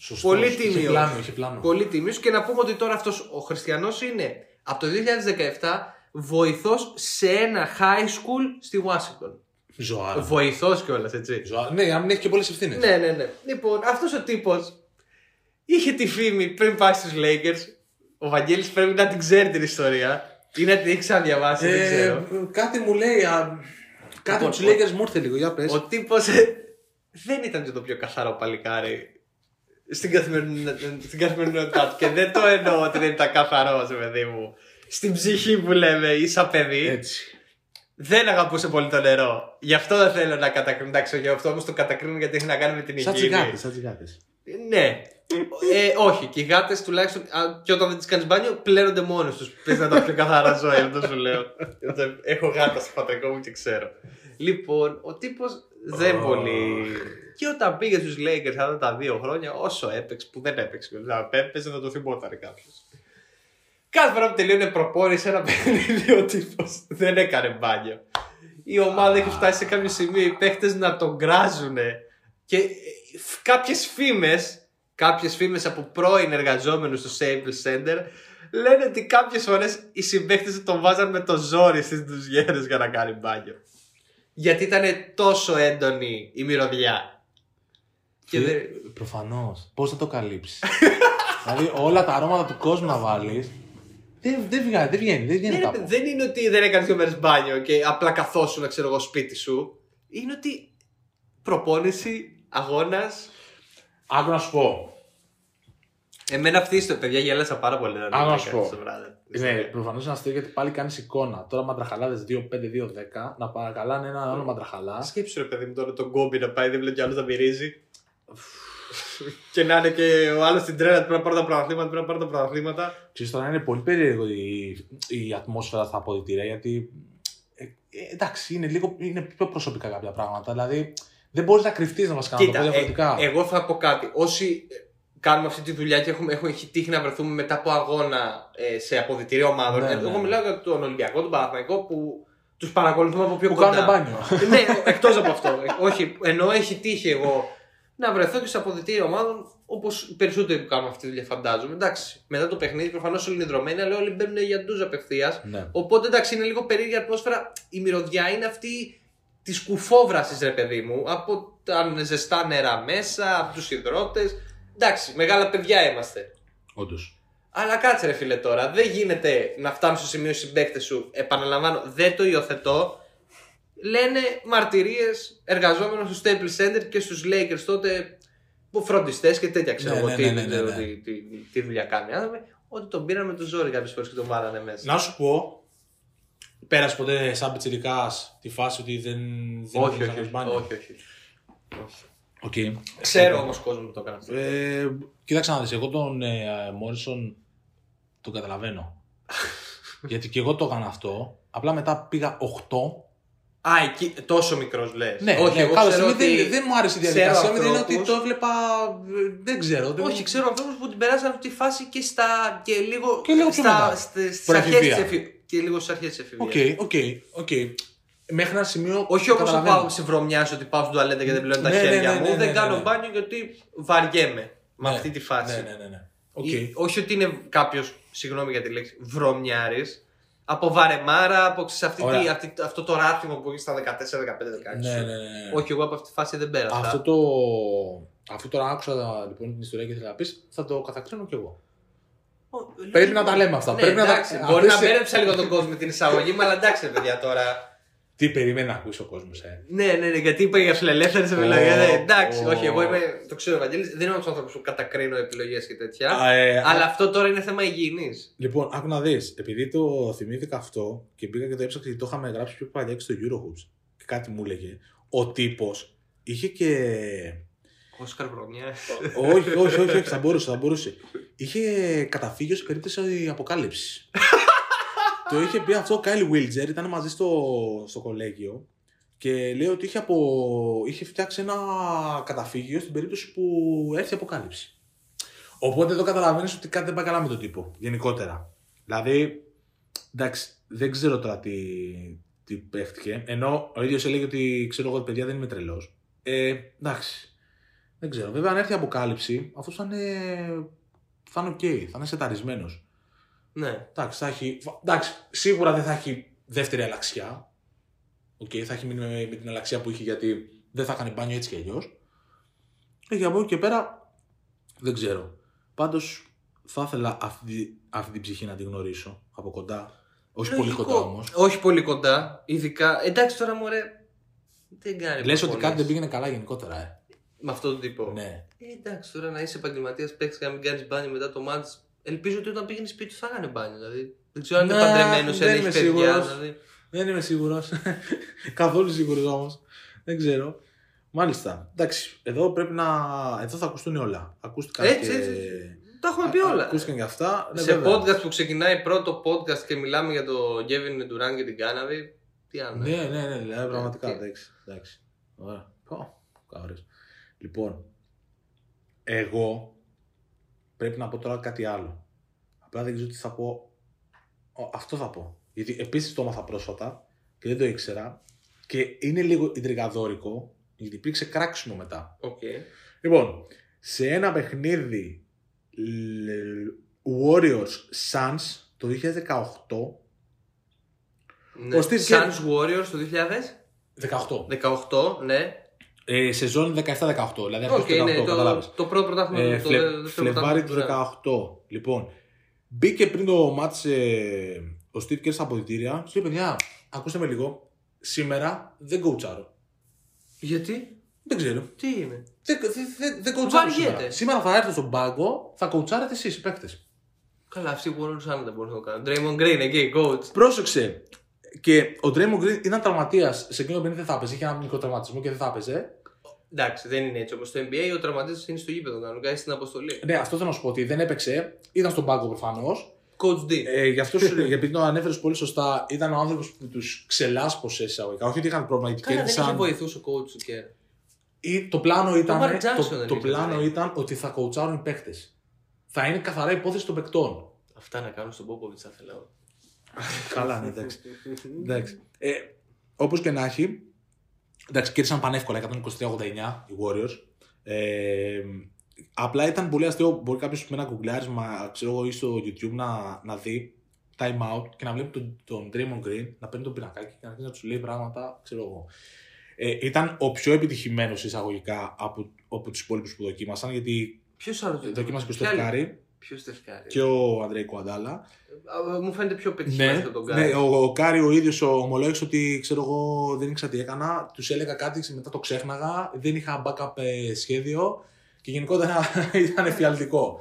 Speaker 1: Σωστός.
Speaker 2: πολύ
Speaker 1: Είχε
Speaker 2: τίμιος.
Speaker 1: πλάνο, είχε πλάνο.
Speaker 2: Πολύ τίμιο και να πούμε ότι τώρα αυτός ο Χριστιανός είναι από το 2017 βοηθός σε ένα high school στη Washington.
Speaker 1: Ζωάρα.
Speaker 2: Βοηθός κιόλας, έτσι.
Speaker 1: Ζωάρα. Ναι, αν έχει και πολλές ευθύνες.
Speaker 2: Ναι, ναι, ναι. Λοιπόν, αυτός ο τύπος είχε τη φήμη πριν πάει στους Lakers. Ο Βαγγέλης πρέπει να την ξέρει την ιστορία. Ή να την έχεις ξαναδιαβάσει, δεν ξέρω.
Speaker 1: Ε, κάτι μου λέει. α, κάτι
Speaker 2: Λοιπόν,
Speaker 1: από τους Lakers μου ήρθε λίγο. Για πες.
Speaker 2: Ο τύπος δεν ήταν και το πιο καθαρό παλικάρι στην, καθημερινότητα- στην καθημερινότητά του. και δεν το εννοώ ότι δεν ήταν καθαρός, ρε παιδί μου. Στην ψυχή που λέμε, ή σαν παιδί,
Speaker 1: Έτσι.
Speaker 2: δεν αγαπούσε πολύ το νερό. Γι' αυτό δεν θέλω να κατακρίνω. Εντάξει, γι' αυτό όμως το κατακρίνω γιατί έχει να κάνει με την
Speaker 3: Σαν
Speaker 2: υγιεινή.
Speaker 3: τσιγάτες, σαν τσιγάτες.
Speaker 2: Ναι. Ε, όχι, και οι γάτες τουλάχιστον α, και όταν δεν τις κάνεις μπάνιο πλένονται μόνες τους. Πες να τα πιο καθαρά ζώα, αυτό σου λέω. Έχω γάτα στο πατρικό μου και ξέρω. Λοιπόν, ο τύπος δεν
Speaker 1: Ωχ.
Speaker 2: πολύ. Και όταν πήγε στους Lakers αυτά τα δύο χρόνια, όσο έπαιξε, που δεν έπαιξε, δηλαδή έπαιζε να το θυμόταρε κάποιος. Κάθε φορά που τελείωνε προπόνηση ένα παιχνίδι, ο τύπος δεν έκανε μπάνιο. Η ομάδα έχει φτάσει σε κάποιο σημείο οι παίχτες να τον γκράζουνε. Και ε, φ- κάποιες φήμες, κάποιες φήμες από πρώην εργαζόμενους στο Staples Center λένε ότι κάποιες φορές οι συμπαίκτες του τον βάζαν με το ζόρι στις ντουζιέρες για να κάνει μπάνιο. Γιατί ήταν τόσο έντονη η μυρωδιά. Και δεν...
Speaker 3: Προφανώς. Πώς θα το καλύψεις. δηλαδή όλα τα αρώματα του κόσμου να βάλεις. Δεν, δεν, βγα- δεν βγαίνει,
Speaker 1: Ναι,
Speaker 3: δεν βγαίνει
Speaker 2: Δεν,
Speaker 3: κάπου.
Speaker 2: Ναι, δεν είναι ότι δεν έκανες δύο μέρες μπάνιο και απλά καθόσουν, ξέρω εγώ, σπίτι σου. Είναι ότι προπόνηση, αγώνας.
Speaker 1: Άκου να σου πω.
Speaker 2: Εμένα αυτή η ιστορία, παιδιά, γέλασα πάρα πολύ. όταν
Speaker 1: Α, να
Speaker 2: το
Speaker 1: σου
Speaker 2: έκανα
Speaker 1: πω.
Speaker 2: στο βράδυ.
Speaker 3: Ναι, προφανώς είναι αστείο γιατί πάλι κάνεις εικόνα. Τώρα μαντραχαλάδες 2-5-2-10 να παρακαλάνε έναν άλλο μαντραχαλά.
Speaker 2: Σκέψου ρε παιδί μου τώρα τον κόμπι να πάει, δεν βλέπει κι άλλος να μυρίζει. και να είναι και ο άλλος στην τρέλα πρέπει να πάρω τα πρωταθλήματα, πρέπει να πάρω τα πρωταθλήματα.
Speaker 3: Ξέρεις τώρα είναι πολύ περίεργο η, η ατμόσφαιρα στα αποδητήρια γιατί ε, ε, εντάξει είναι, λίγο, είναι πιο προσωπικά κάποια πράγματα. Δηλαδή δεν μπορείς να κρυφτείς να μας κάνεις να το
Speaker 2: Κοίτα,
Speaker 3: πω
Speaker 2: ε,
Speaker 3: διαφορετικά.
Speaker 2: εγώ θα πω κάτι. Όσοι ε, κάνουμε αυτή τη δουλειά και έχουμε, έχουμε έχει τύχει να βρεθούμε μετά από αγώνα ε, σε αποδητηρία ομάδων.
Speaker 3: Ναι,
Speaker 2: Ε,
Speaker 3: ναι.
Speaker 2: Εγώ μιλάω για τον Ολυμπιακό, τον Παναθηναϊκό που τους παρακολουθούμε από πιο
Speaker 3: που
Speaker 2: κοντά.
Speaker 3: κάνουν μπάνιο.
Speaker 2: ναι, εκτός από αυτό. Ε, Όχι, ενώ έχει τύχει εγώ να βρεθώ και σε αποδητήρια ομάδων όπως οι περισσότεροι που κάνουν αυτή τη δουλειά, φαντάζομαι. Εντάξει, μετά το παιχνίδι προφανώς όλοι είναι δρομένοι, αλλά όλοι μπαίνουν για ντουζ απευθείας.
Speaker 3: ναι.
Speaker 2: Οπότε εντάξει, είναι λίγο περίεργη ατμόσφαιρα. Η μυρωδιά είναι αυτή της κουφόβρασης, ρε παιδί μου. Από τα ζεστά νερά μέσα, από τους υδρότες. Εντάξει, μεγάλα παιδιά είμαστε.
Speaker 3: Όντως.
Speaker 2: Αλλά κάτσε ρε φίλε τώρα, δεν γίνεται να φτάνουν στο σημείο οι συμπαίκτες σου, επαναλαμβάνω, δεν το υιοθετώ. Λένε μαρτυρίες εργαζόμενων στο Staples Center και στους Lakers τότε που φροντιστές και τέτοια ξέρω
Speaker 1: Ναι,
Speaker 2: εγώ
Speaker 1: ναι,
Speaker 2: τι,
Speaker 1: ναι, ναι,
Speaker 2: δεν ξέρω
Speaker 1: ναι, ναι.
Speaker 2: τι- τι- τι δουλειά κάνει. Άδαμε, ότι τον πήραν με το ζόρι κάποιες φορές και τον βάλανε μέσα.
Speaker 1: Να σου πω. Πέρασε ποτέ σαν πιτσιρικάς τη φάση ότι δεν. δεν
Speaker 2: όχι,
Speaker 1: μπορείς
Speaker 2: όχι,
Speaker 1: να
Speaker 2: όχι,
Speaker 1: κάνεις μπάνιο.
Speaker 2: όχι, όχι.
Speaker 3: Okay.
Speaker 2: Ξέρω όμως κόσμο που το έκανε αυτό.
Speaker 1: Ε, κοίταξε να δεις, εγώ τον ε, Μόρισον τον καταλαβαίνω. Γιατί και εγώ το έκανα αυτό. Απλά μετά πήγα 8.
Speaker 2: Α, εκεί, τόσο μικρός λες.
Speaker 1: Ναι,
Speaker 2: όχι,
Speaker 1: ναι,
Speaker 2: εγώ
Speaker 1: κάποια
Speaker 2: ξέρω
Speaker 1: στιγμή
Speaker 2: ότι...
Speaker 1: δεν, δεν μου άρεσε η
Speaker 2: ξέρω
Speaker 1: διαδικασία. Δεν είναι
Speaker 2: ανθρώπους-
Speaker 1: ότι το έβλεπα. ε, Δεν ξέρω. δεν
Speaker 2: Όχι,
Speaker 1: μου-
Speaker 2: ξέρω ανθρώπους που την περάσαν αυτή τη φάση και, στα, και λίγο,
Speaker 1: Και λίγο πιο
Speaker 2: στα,
Speaker 1: μετά.
Speaker 2: στε- στις αρχές
Speaker 1: Προεφηβεία.
Speaker 2: της εφη... και λίγο στις αρχές της εφηβείας.
Speaker 1: Οκ, οκ, οκ. Μέχρι ένα σημείο.
Speaker 2: Όχι
Speaker 1: το
Speaker 2: όπω να
Speaker 1: καταλαβαίνω.
Speaker 2: πάω σε βρωμιά ότι πάω στην τουαλέτα και δεν πλένω τα
Speaker 1: Ναι, ναι,
Speaker 2: χέρια
Speaker 1: ναι,
Speaker 2: μου.
Speaker 1: ναι,
Speaker 2: δεν
Speaker 1: ναι,
Speaker 2: κάνω
Speaker 1: ναι.
Speaker 2: μπάνιο γιατί βαριέμαι με
Speaker 1: Ναι,
Speaker 2: αυτή τη φάση.
Speaker 1: Ναι, ναι, ναι. ναι. Οκ.
Speaker 2: Ή- όχι ότι είναι κάποιος, συγγνώμη για τη λέξη, βρωμιάρης. Από βαρεμάρα, από ξέρεις, αυτή
Speaker 1: Ωραία.
Speaker 2: τη- αυτή- αυτό το ράθιμο που έχει στα 14, 15, 16.
Speaker 1: Ναι, ναι, ναι, ναι.
Speaker 2: Όχι, εγώ από αυτή τη φάση δεν πέρασα.
Speaker 1: Αυτό το. Αφού τώρα άκουσα λοιπόν, την ιστορία και ήθελα να πεις, θα το κατακρίνω κι εγώ.
Speaker 2: Ο-
Speaker 1: Πρέπει να τα λέμε αυτά,
Speaker 2: Ναι,
Speaker 1: πρέπει να τα-
Speaker 2: εντάξει, μπορεί να
Speaker 1: αυτές-
Speaker 2: μπέρεψα λίγο τον κόσμο με την εισαγωγή μου, αλλά εντάξει, ρε παιδιά τώρα.
Speaker 1: Τι περίμενε να ακούσει ο κόσμος, ε.
Speaker 2: Ναι, ναι, ναι, γιατί είπα για φιλελεύθερε επιλογέ.
Speaker 1: Ω,
Speaker 2: Ναι, εντάξει,
Speaker 1: ω.
Speaker 2: όχι, εγώ είμαι. Το ξέρω, Ευαγγέλης, δεν είμαι από τους άνθρωπους που κατακρίνω επιλογές και τέτοια.
Speaker 1: Α, ε,
Speaker 2: Αλλά αυτό τώρα είναι θέμα υγιεινής.
Speaker 1: Λοιπόν, άκου να δεις. Επειδή το θυμήθηκα αυτό και μπήκα και το έψαξα και το είχαμε γράψει πιο παλιά και στο Eurohoops και κάτι μου έλεγε, ο τύπος είχε και.
Speaker 2: Όσκαρ Βρωμιά.
Speaker 1: όχι, όχι, όχι, όχι, θα μπορούσε, θα μπορούσε. Είχε καταφύγιο σε περίπτωση αποκάλυψης. το είχε πει αυτό ο Κάιλ Βίλτζερ, ήταν μαζί στο, στο κολέγιο και λέει ότι είχε, απο... είχε φτιάξει ένα καταφύγιο στην περίπτωση που έρθει η αποκάλυψη. Οπότε εδώ καταλαβαίνεις ότι κάτι δεν πάει καλά με τον τύπο, γενικότερα. Δηλαδή, εντάξει, δεν ξέρω τώρα τι, τι παίχτηκε. Ενώ ο ίδιος έλεγε ότι ξέρω εγώ, παιδιά, δεν είμαι τρελός. Ε, εντάξει. Δεν ξέρω. Βέβαια, αν έρθει η αποκάλυψη, αυτό θα είναι. θα είναι οκ, θα είναι σεταρισμένος.
Speaker 2: Ναι.
Speaker 1: Εντάξει, θα έχει... εντάξει, σίγουρα δεν θα έχει δεύτερη αλλαξιά. Οκ, θα έχει μείνει με, με την αλλαξιά που είχε γιατί δεν θα έκανε μπάνιο έτσι κι αλλιώς. Και από εκεί και πέρα δεν ξέρω. Πάντως θα ήθελα αυτή, αυτή την ψυχή να τη γνωρίσω από κοντά. Όχι
Speaker 2: Λογικό.
Speaker 1: πολύ κοντά όμως.
Speaker 2: Όχι πολύ κοντά, ειδικά. Εντάξει τώρα μου ρε. Δεν κάνει.
Speaker 1: Λες ότι
Speaker 2: προπονές.
Speaker 1: κάτι δεν πήγαινε καλά γενικότερα. Ε.
Speaker 2: Με αυτόν τον τύπο.
Speaker 1: Ναι.
Speaker 2: Ε, εντάξει τώρα να είσαι επαγγελματίας παίχτη και να μην κάνεις μπάνιο μετά το μάτ. Ελπίζω ότι όταν πήγαινε σπίτι του θα έκανε μπάνιο. Δηλαδή. Δεν ξέρω αν είναι
Speaker 1: Να,
Speaker 2: παντρεμένο,
Speaker 1: Ναι, δεν
Speaker 2: αν
Speaker 1: είμαι
Speaker 2: έχει παιδιά.
Speaker 1: σίγουρος.
Speaker 2: Δηλαδή.
Speaker 1: Δεν είμαι σίγουρος. Καθόλου σίγουρος όμως. Δεν ξέρω. Μάλιστα. Εντάξει, εδώ πρέπει να. Εδώ θα ακουστούν όλα. Ακούστηκαν
Speaker 2: Έτσι,
Speaker 1: και...
Speaker 2: έτσι, Τα έχουμε πει
Speaker 1: Α-
Speaker 2: όλα.
Speaker 1: Ακούστηκαν και αυτά. Ναι,
Speaker 2: Σε
Speaker 1: βέβαια.
Speaker 2: podcast που ξεκινάει πρώτο podcast και μιλάμε για τον Γκέβιν Ντουράν και την Κάναβη. Τι άλλο.
Speaker 1: Ναι, ναι, ναι, ναι, πραγματικά.
Speaker 2: τι.
Speaker 1: Εντάξει. εντάξει. Ωραία. Πω, καωρίς. Λοιπόν, εγώ πρέπει να πω τώρα κάτι άλλο. Απλά δεν ξέρω τι θα πω. Ο, αυτό θα πω. Γιατί επίσης το έμαθα πρόσφατα και δεν το ήξερα και είναι λίγο ιντρικαδόρικο γιατί υπήρξε κράξιμο μετά.
Speaker 2: Οκ. Ναι.
Speaker 1: Λοιπόν, σε ένα παιχνίδι λ, Warriors Suns το 2018
Speaker 2: Ναι.
Speaker 1: Ο Steve
Speaker 2: Suns
Speaker 1: Kerr.
Speaker 2: Warriors το
Speaker 1: 18.
Speaker 2: 2018, ναι.
Speaker 1: Ε, σεζόν 17-18, δηλαδή αρχές
Speaker 2: Οκ,
Speaker 1: του 18,
Speaker 2: ναι, το,
Speaker 1: κατάλαβες.
Speaker 2: το πρώτο πρωτάθλημα.
Speaker 1: Ε,
Speaker 2: το
Speaker 1: Φλε-
Speaker 2: δεύτερο
Speaker 1: Φλεβάρι του
Speaker 2: πρωτάθλημα, ναι.
Speaker 1: 18. Λοιπόν, μπήκε πριν το μάτς ε, ο Steve Kerr στα αποδητήρια. Σου λέει, παιδιά, ακούστε με λίγο. Σήμερα δεν κοουτσάρω.
Speaker 2: Γιατί,
Speaker 1: Δεν ξέρω.
Speaker 2: τι είναι.
Speaker 1: Δεν, δεν, δεν, δεν κοουτσάρω σήμερα.
Speaker 2: Βαριέται.
Speaker 1: Σήμερα θα έρθω στον πάγκο, θα κοουτσάρετε εσείς οι παίκτες.
Speaker 2: Καλά, αυτοί οι Warriors αν δεν μπορούν να το κάνουν. Draymond Green εκεί, coach.
Speaker 1: Πρόσεξε. Και ο Draymond Green ήταν τραυματίας σε εκείνο που δεν θα έπαιζε. Είχε ένα μικρό τραυματισμό και δεν θα έπαιζε.
Speaker 2: Εντάξει, δεν είναι έτσι όπως στο NBA. Ο τραυματία είναι στο γήπεδο κανονικά, είναι στην αποστολή.
Speaker 1: Ναι, αυτό θέλω να σου πω ότι δεν έπαιξε. Ήταν στον πάγκο προφανώς.
Speaker 2: Coach D.
Speaker 1: Ε, γι' αυτό σου λέω, επειδή το ανέφερες πολύ σωστά, ήταν ο άνθρωπος που τους ξελάσπωσε εισαγωγικά. Όχι ότι είχαν πρόβλημα, γιατί
Speaker 2: Καλά, δεν είχε
Speaker 1: κέρδισαν.
Speaker 2: βοηθούσε ο coach του Kerr.
Speaker 1: Ή, το πλάνο ήταν,
Speaker 2: Mark Jackson
Speaker 1: το,
Speaker 2: δεν
Speaker 1: το
Speaker 2: είχε,
Speaker 1: πλάνο
Speaker 2: δηλαδή.
Speaker 1: ήταν ότι θα κοουτσάρουν οι παίχτε. Θα είναι καθαρά υπόθεση των παικτών.
Speaker 2: Αυτά να κάνουν στον Popovich θα θέλω.
Speaker 1: Καλά, ναι, εντάξει. εντάξει. Ε, Όπως και να έχει, εντάξει, κέρδισαν πανεύκολα 123-89 οι Warriors. Ε, απλά ήταν πολύ αστείο. Μπορεί κάποιος με ένα κουγκλάρισμα, ξέρω εγώ, ή στο YouTube να, να δει time out και να βλέπει τον, τον Draymond Green να παίρνει τον πινακάκι και να αρχίζει να του λέει πράγματα, ξέρω εγώ. Ε, ήταν ο πιο επιτυχημένος εισαγωγικά από, από τους υπόλοιπους που δοκίμασαν, γιατί
Speaker 2: Ποιος άλλο το
Speaker 1: δοκίμασε και ο Στεφκάρη
Speaker 2: Ποιο Στεφκάρη.
Speaker 1: και ο Αντρέι Κουαντάλα.
Speaker 2: Α, Μου φαίνεται πιο πετυχημένος
Speaker 1: Ναι,
Speaker 2: από τον
Speaker 1: ναι,
Speaker 2: Κάρι.
Speaker 1: ο, ο Κάρι ο ίδιος ομολόγησε ότι ξέρω εγώ δεν ήξερα τι έκανα. Τους έλεγα κάτι, μετά το ξέχναγα. Δεν είχα backup ε, σχέδιο και γενικότερα ήταν εφιαλτικό.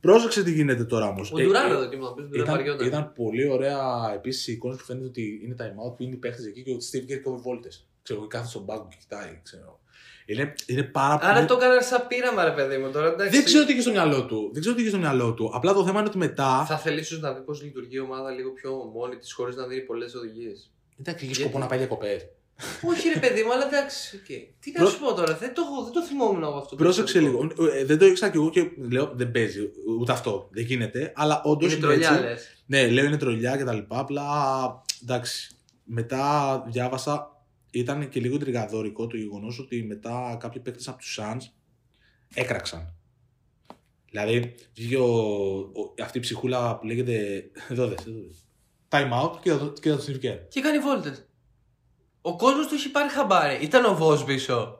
Speaker 1: Πρόσεξε τι γίνεται τώρα όμως.
Speaker 2: Ο Ντουράντο εδώ κοιμάται. Ο Ντουράντο
Speaker 1: ε, ήταν,
Speaker 2: παριόταν.
Speaker 1: ήταν πολύ ωραία επίσης η εικόνα που φαίνεται ότι είναι time out που είναι οι παίχτες εκεί και ο Steve Kerr κόβει βόλτε. Ξέρω εγώ, κάθεται στον πάγκο και κοιτάει. Ξέρω. Είναι, είναι πάρα πολύ.
Speaker 2: Άρα το έκανα σαν πείραμα, ρε παιδί μου τώρα. εντάξει.
Speaker 1: Δεν ξέρω τι είχε στο μυαλό του. Δεν ξέρω τι είχε στο μυαλό του. Απλά το θέμα είναι ότι μετά.
Speaker 2: Θα θέλει ίσως να δει πώς λειτουργεί η ομάδα λίγο πιο μόνη της χωρίς να δίνει πολλές οδηγίες.
Speaker 1: Εντάξει, είχε
Speaker 2: Γιατί-
Speaker 1: σκοπό να πάει διακοπές.
Speaker 2: Όχι, ρε παιδί μου, αλλά εντάξει. οκ. Τι να
Speaker 1: Προ-
Speaker 2: σου πω τώρα, δεν το, έχω- δεν το θυμόμουν από αυτό. το
Speaker 1: Πρόσεξε
Speaker 2: περιστατικό.
Speaker 1: λίγο. Ε, Δεν το ήξερα κι εγώ και λέω δεν παίζει ούτε αυτό. Δεν γίνεται. Αλλά όντως.
Speaker 2: Είναι τρολιά, λες.
Speaker 1: Ναι, λέω είναι τρολιά και τα λοιπά. Απλά εντάξει. Μετά διάβασα. Ήταν και λίγο τριγαδόρικο το γεγονός ότι μετά κάποιοι παίκτες από τους Suns έκραξαν. Δηλαδή βγήκε ο, ο- αυτή η ψυχούλα που λέγεται. Εδώ δες, εδώ δες. Time out και θα το συμβεί.
Speaker 2: Και κάνει βόλτε. Ο κόσμος του έχει πάρει χαμπάρι. Ήταν ο Βό πίσω.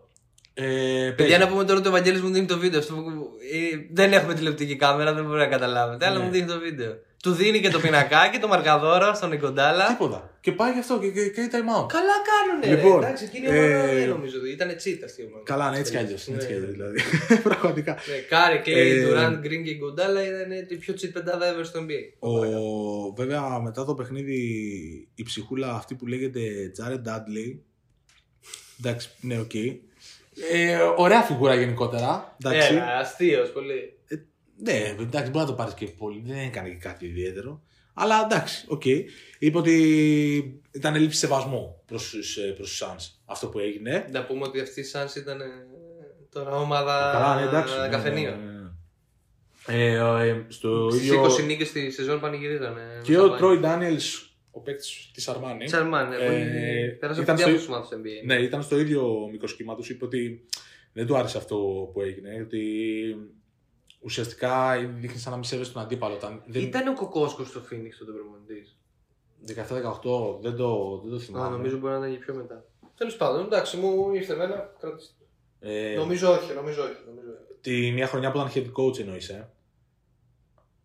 Speaker 1: Ε,
Speaker 2: Παιδιά,
Speaker 1: παίζει.
Speaker 2: να πούμε τώρα ότι ο Βαγγέλης μου δίνει το βίντεο. Αυτό που- ε, δεν έχουμε τηλεοπτική κάμερα, δεν μπορεί να καταλάβετε, αλλά
Speaker 1: Ναι.
Speaker 2: μου δίνει το βίντεο. Του δίνει και το πινακάκι, το μαρκαδόρο στον Νικοντάλα.
Speaker 1: Τίποτα. Και πάει γι' αυτό και, και, και time out.
Speaker 2: Καλά κάνουνε.
Speaker 1: Λοιπόν,
Speaker 2: ρε. Εντάξει, εκείνη η ομάδα
Speaker 1: ε,
Speaker 2: δεν νομίζω. ότι Ήταν τσίτα αυτή η ομάδα.
Speaker 1: Καλά, ναι, έτσι κι αλλιώς.
Speaker 2: Ναι.
Speaker 1: Έτσι κι αλλιώς, δηλαδή. Πραγματικά.
Speaker 2: Ναι, Κάρι, Κλέι,
Speaker 1: Ε,
Speaker 2: Ντουράντ, Γκριν και Γκοντάλα ήταν η πιο τσιτ πεντάδα ever στο NBA.
Speaker 1: Ο, βέβαια, μετά το παιχνίδι, η ψυχούλα αυτή που λέγεται Τζάρε Ντάντλεϊ. Εντάξει, ναι, οκ. Ε, ωραία φιγούρα γενικότερα. Εντάξει.
Speaker 2: Έλα, αστείος πολύ.
Speaker 1: Ναι, εντάξει, μπορεί να το πάρεις και πολύ. Δεν έκανε και κάτι ιδιαίτερο. Αλλά εντάξει, οκ. Είπε ότι ήταν έλλειψη σεβασμού προς τους Suns αυτό που έγινε.
Speaker 2: Να πούμε ότι αυτή η Suns ήταν ε, τώρα ομάδα
Speaker 1: Καλά, ναι, εντάξει. ναι,
Speaker 2: καφενείο.
Speaker 1: ναι, ναι, ναι. Ε, ο, ε, στο
Speaker 2: Στις
Speaker 1: ίδιο.
Speaker 2: 20 νίκες στη σεζόν πανηγυρίζανε.
Speaker 1: Και ο Τρόι Ντάνιελ, ο παίκτης της Αρμάνη.
Speaker 2: Τσαρμάν,
Speaker 1: Ε,
Speaker 2: ε, πέρασε από
Speaker 1: ήταν στο-
Speaker 2: διάφορους ομάδες στο NBA.
Speaker 1: Ναι, ήταν στο ίδιο μικρό σχήμα τους. Είπε ότι δεν του άρεσε αυτό που έγινε. Ότι ουσιαστικά δείχνει σαν να μην σέβεσαι τον αντίπαλο. Όταν δεν...
Speaker 2: Ήταν ο Κοκόσκος στο Phoenix τότε προπονητής.
Speaker 1: 17-18, δεν το, δεν το θυμάμαι.
Speaker 2: Α, νομίζω μπορεί να ήταν και πιο μετά. Τέλος πάντων, εντάξει, μου ήρθε εμένα, κρατήστε.
Speaker 1: Ε,
Speaker 2: Νομίζω όχι, νομίζω όχι. Νομίζω. όχι.
Speaker 1: Τη μια χρονιά που ήταν head coach εννοείς, ε.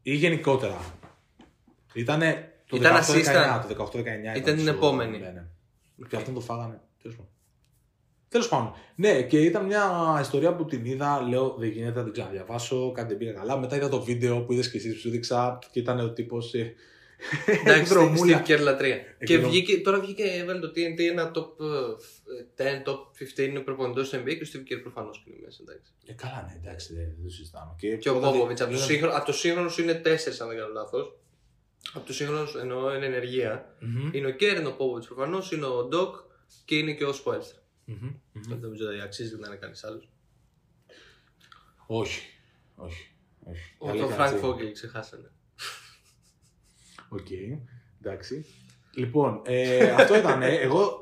Speaker 1: Ή γενικότερα. Ήτανε Το
Speaker 2: Ήταν
Speaker 1: 18-19,
Speaker 2: assistant.
Speaker 1: Το 18-19.
Speaker 2: Ήταν την
Speaker 1: στο-
Speaker 2: επόμενη.
Speaker 1: Ναι, ναι. Και αυτόν το φάγανε. Τέλος πάντων. Τέλος πάντων. Ναι, και ήταν μια ιστορία που την είδα. Λέω δεν γίνεται, δεν την ξαναδιαβάσω. Κάτι δεν πήγε καλά. Μετά είδα το βίντεο που είδες και εσύ που σου δείξα και ήταν ο τύπος.
Speaker 2: Εντάξει,
Speaker 1: Δρομούλα.
Speaker 2: Steve Kerr
Speaker 1: Ε,
Speaker 2: λατρεία. Και
Speaker 1: Εκδρομ-
Speaker 2: βγήκε, τώρα βγήκε, έβαλε το TNT ένα top ε, 10, top 15 προπονητό του NBA και ο Steve Kerr προφανώς είναι μέσα. Εντάξει.
Speaker 1: Ε, καλά, ναι, εντάξει, δεν δεν το συζητάμε. Και,
Speaker 2: Και ο
Speaker 1: όταν-
Speaker 2: Popovich από
Speaker 1: ναι,
Speaker 2: του σύγχρονου απ' τους σύγχρονους είναι 4, αν δεν κάνω λάθος. Από του σύγχρονου εννοώ είναι ενεργεία.
Speaker 1: Μμμ,
Speaker 2: Είναι ο Kerr, είναι ο Popovich προφανώς, είναι ο Doc και είναι και ο Spoelstra.
Speaker 1: μμμ, μμμ.
Speaker 2: Δεν νομίζω ότι αξίζει να είναι κανείς άλλος.
Speaker 1: Όχι. Όχι. όχι.
Speaker 2: Ο
Speaker 1: Αλήθεια,
Speaker 2: τον Frank
Speaker 1: έτσι.
Speaker 2: Vogel ξεχάσανε.
Speaker 1: Οκ. Εντάξει. Λοιπόν, ε, αυτό ήταν. ε. Εγώ,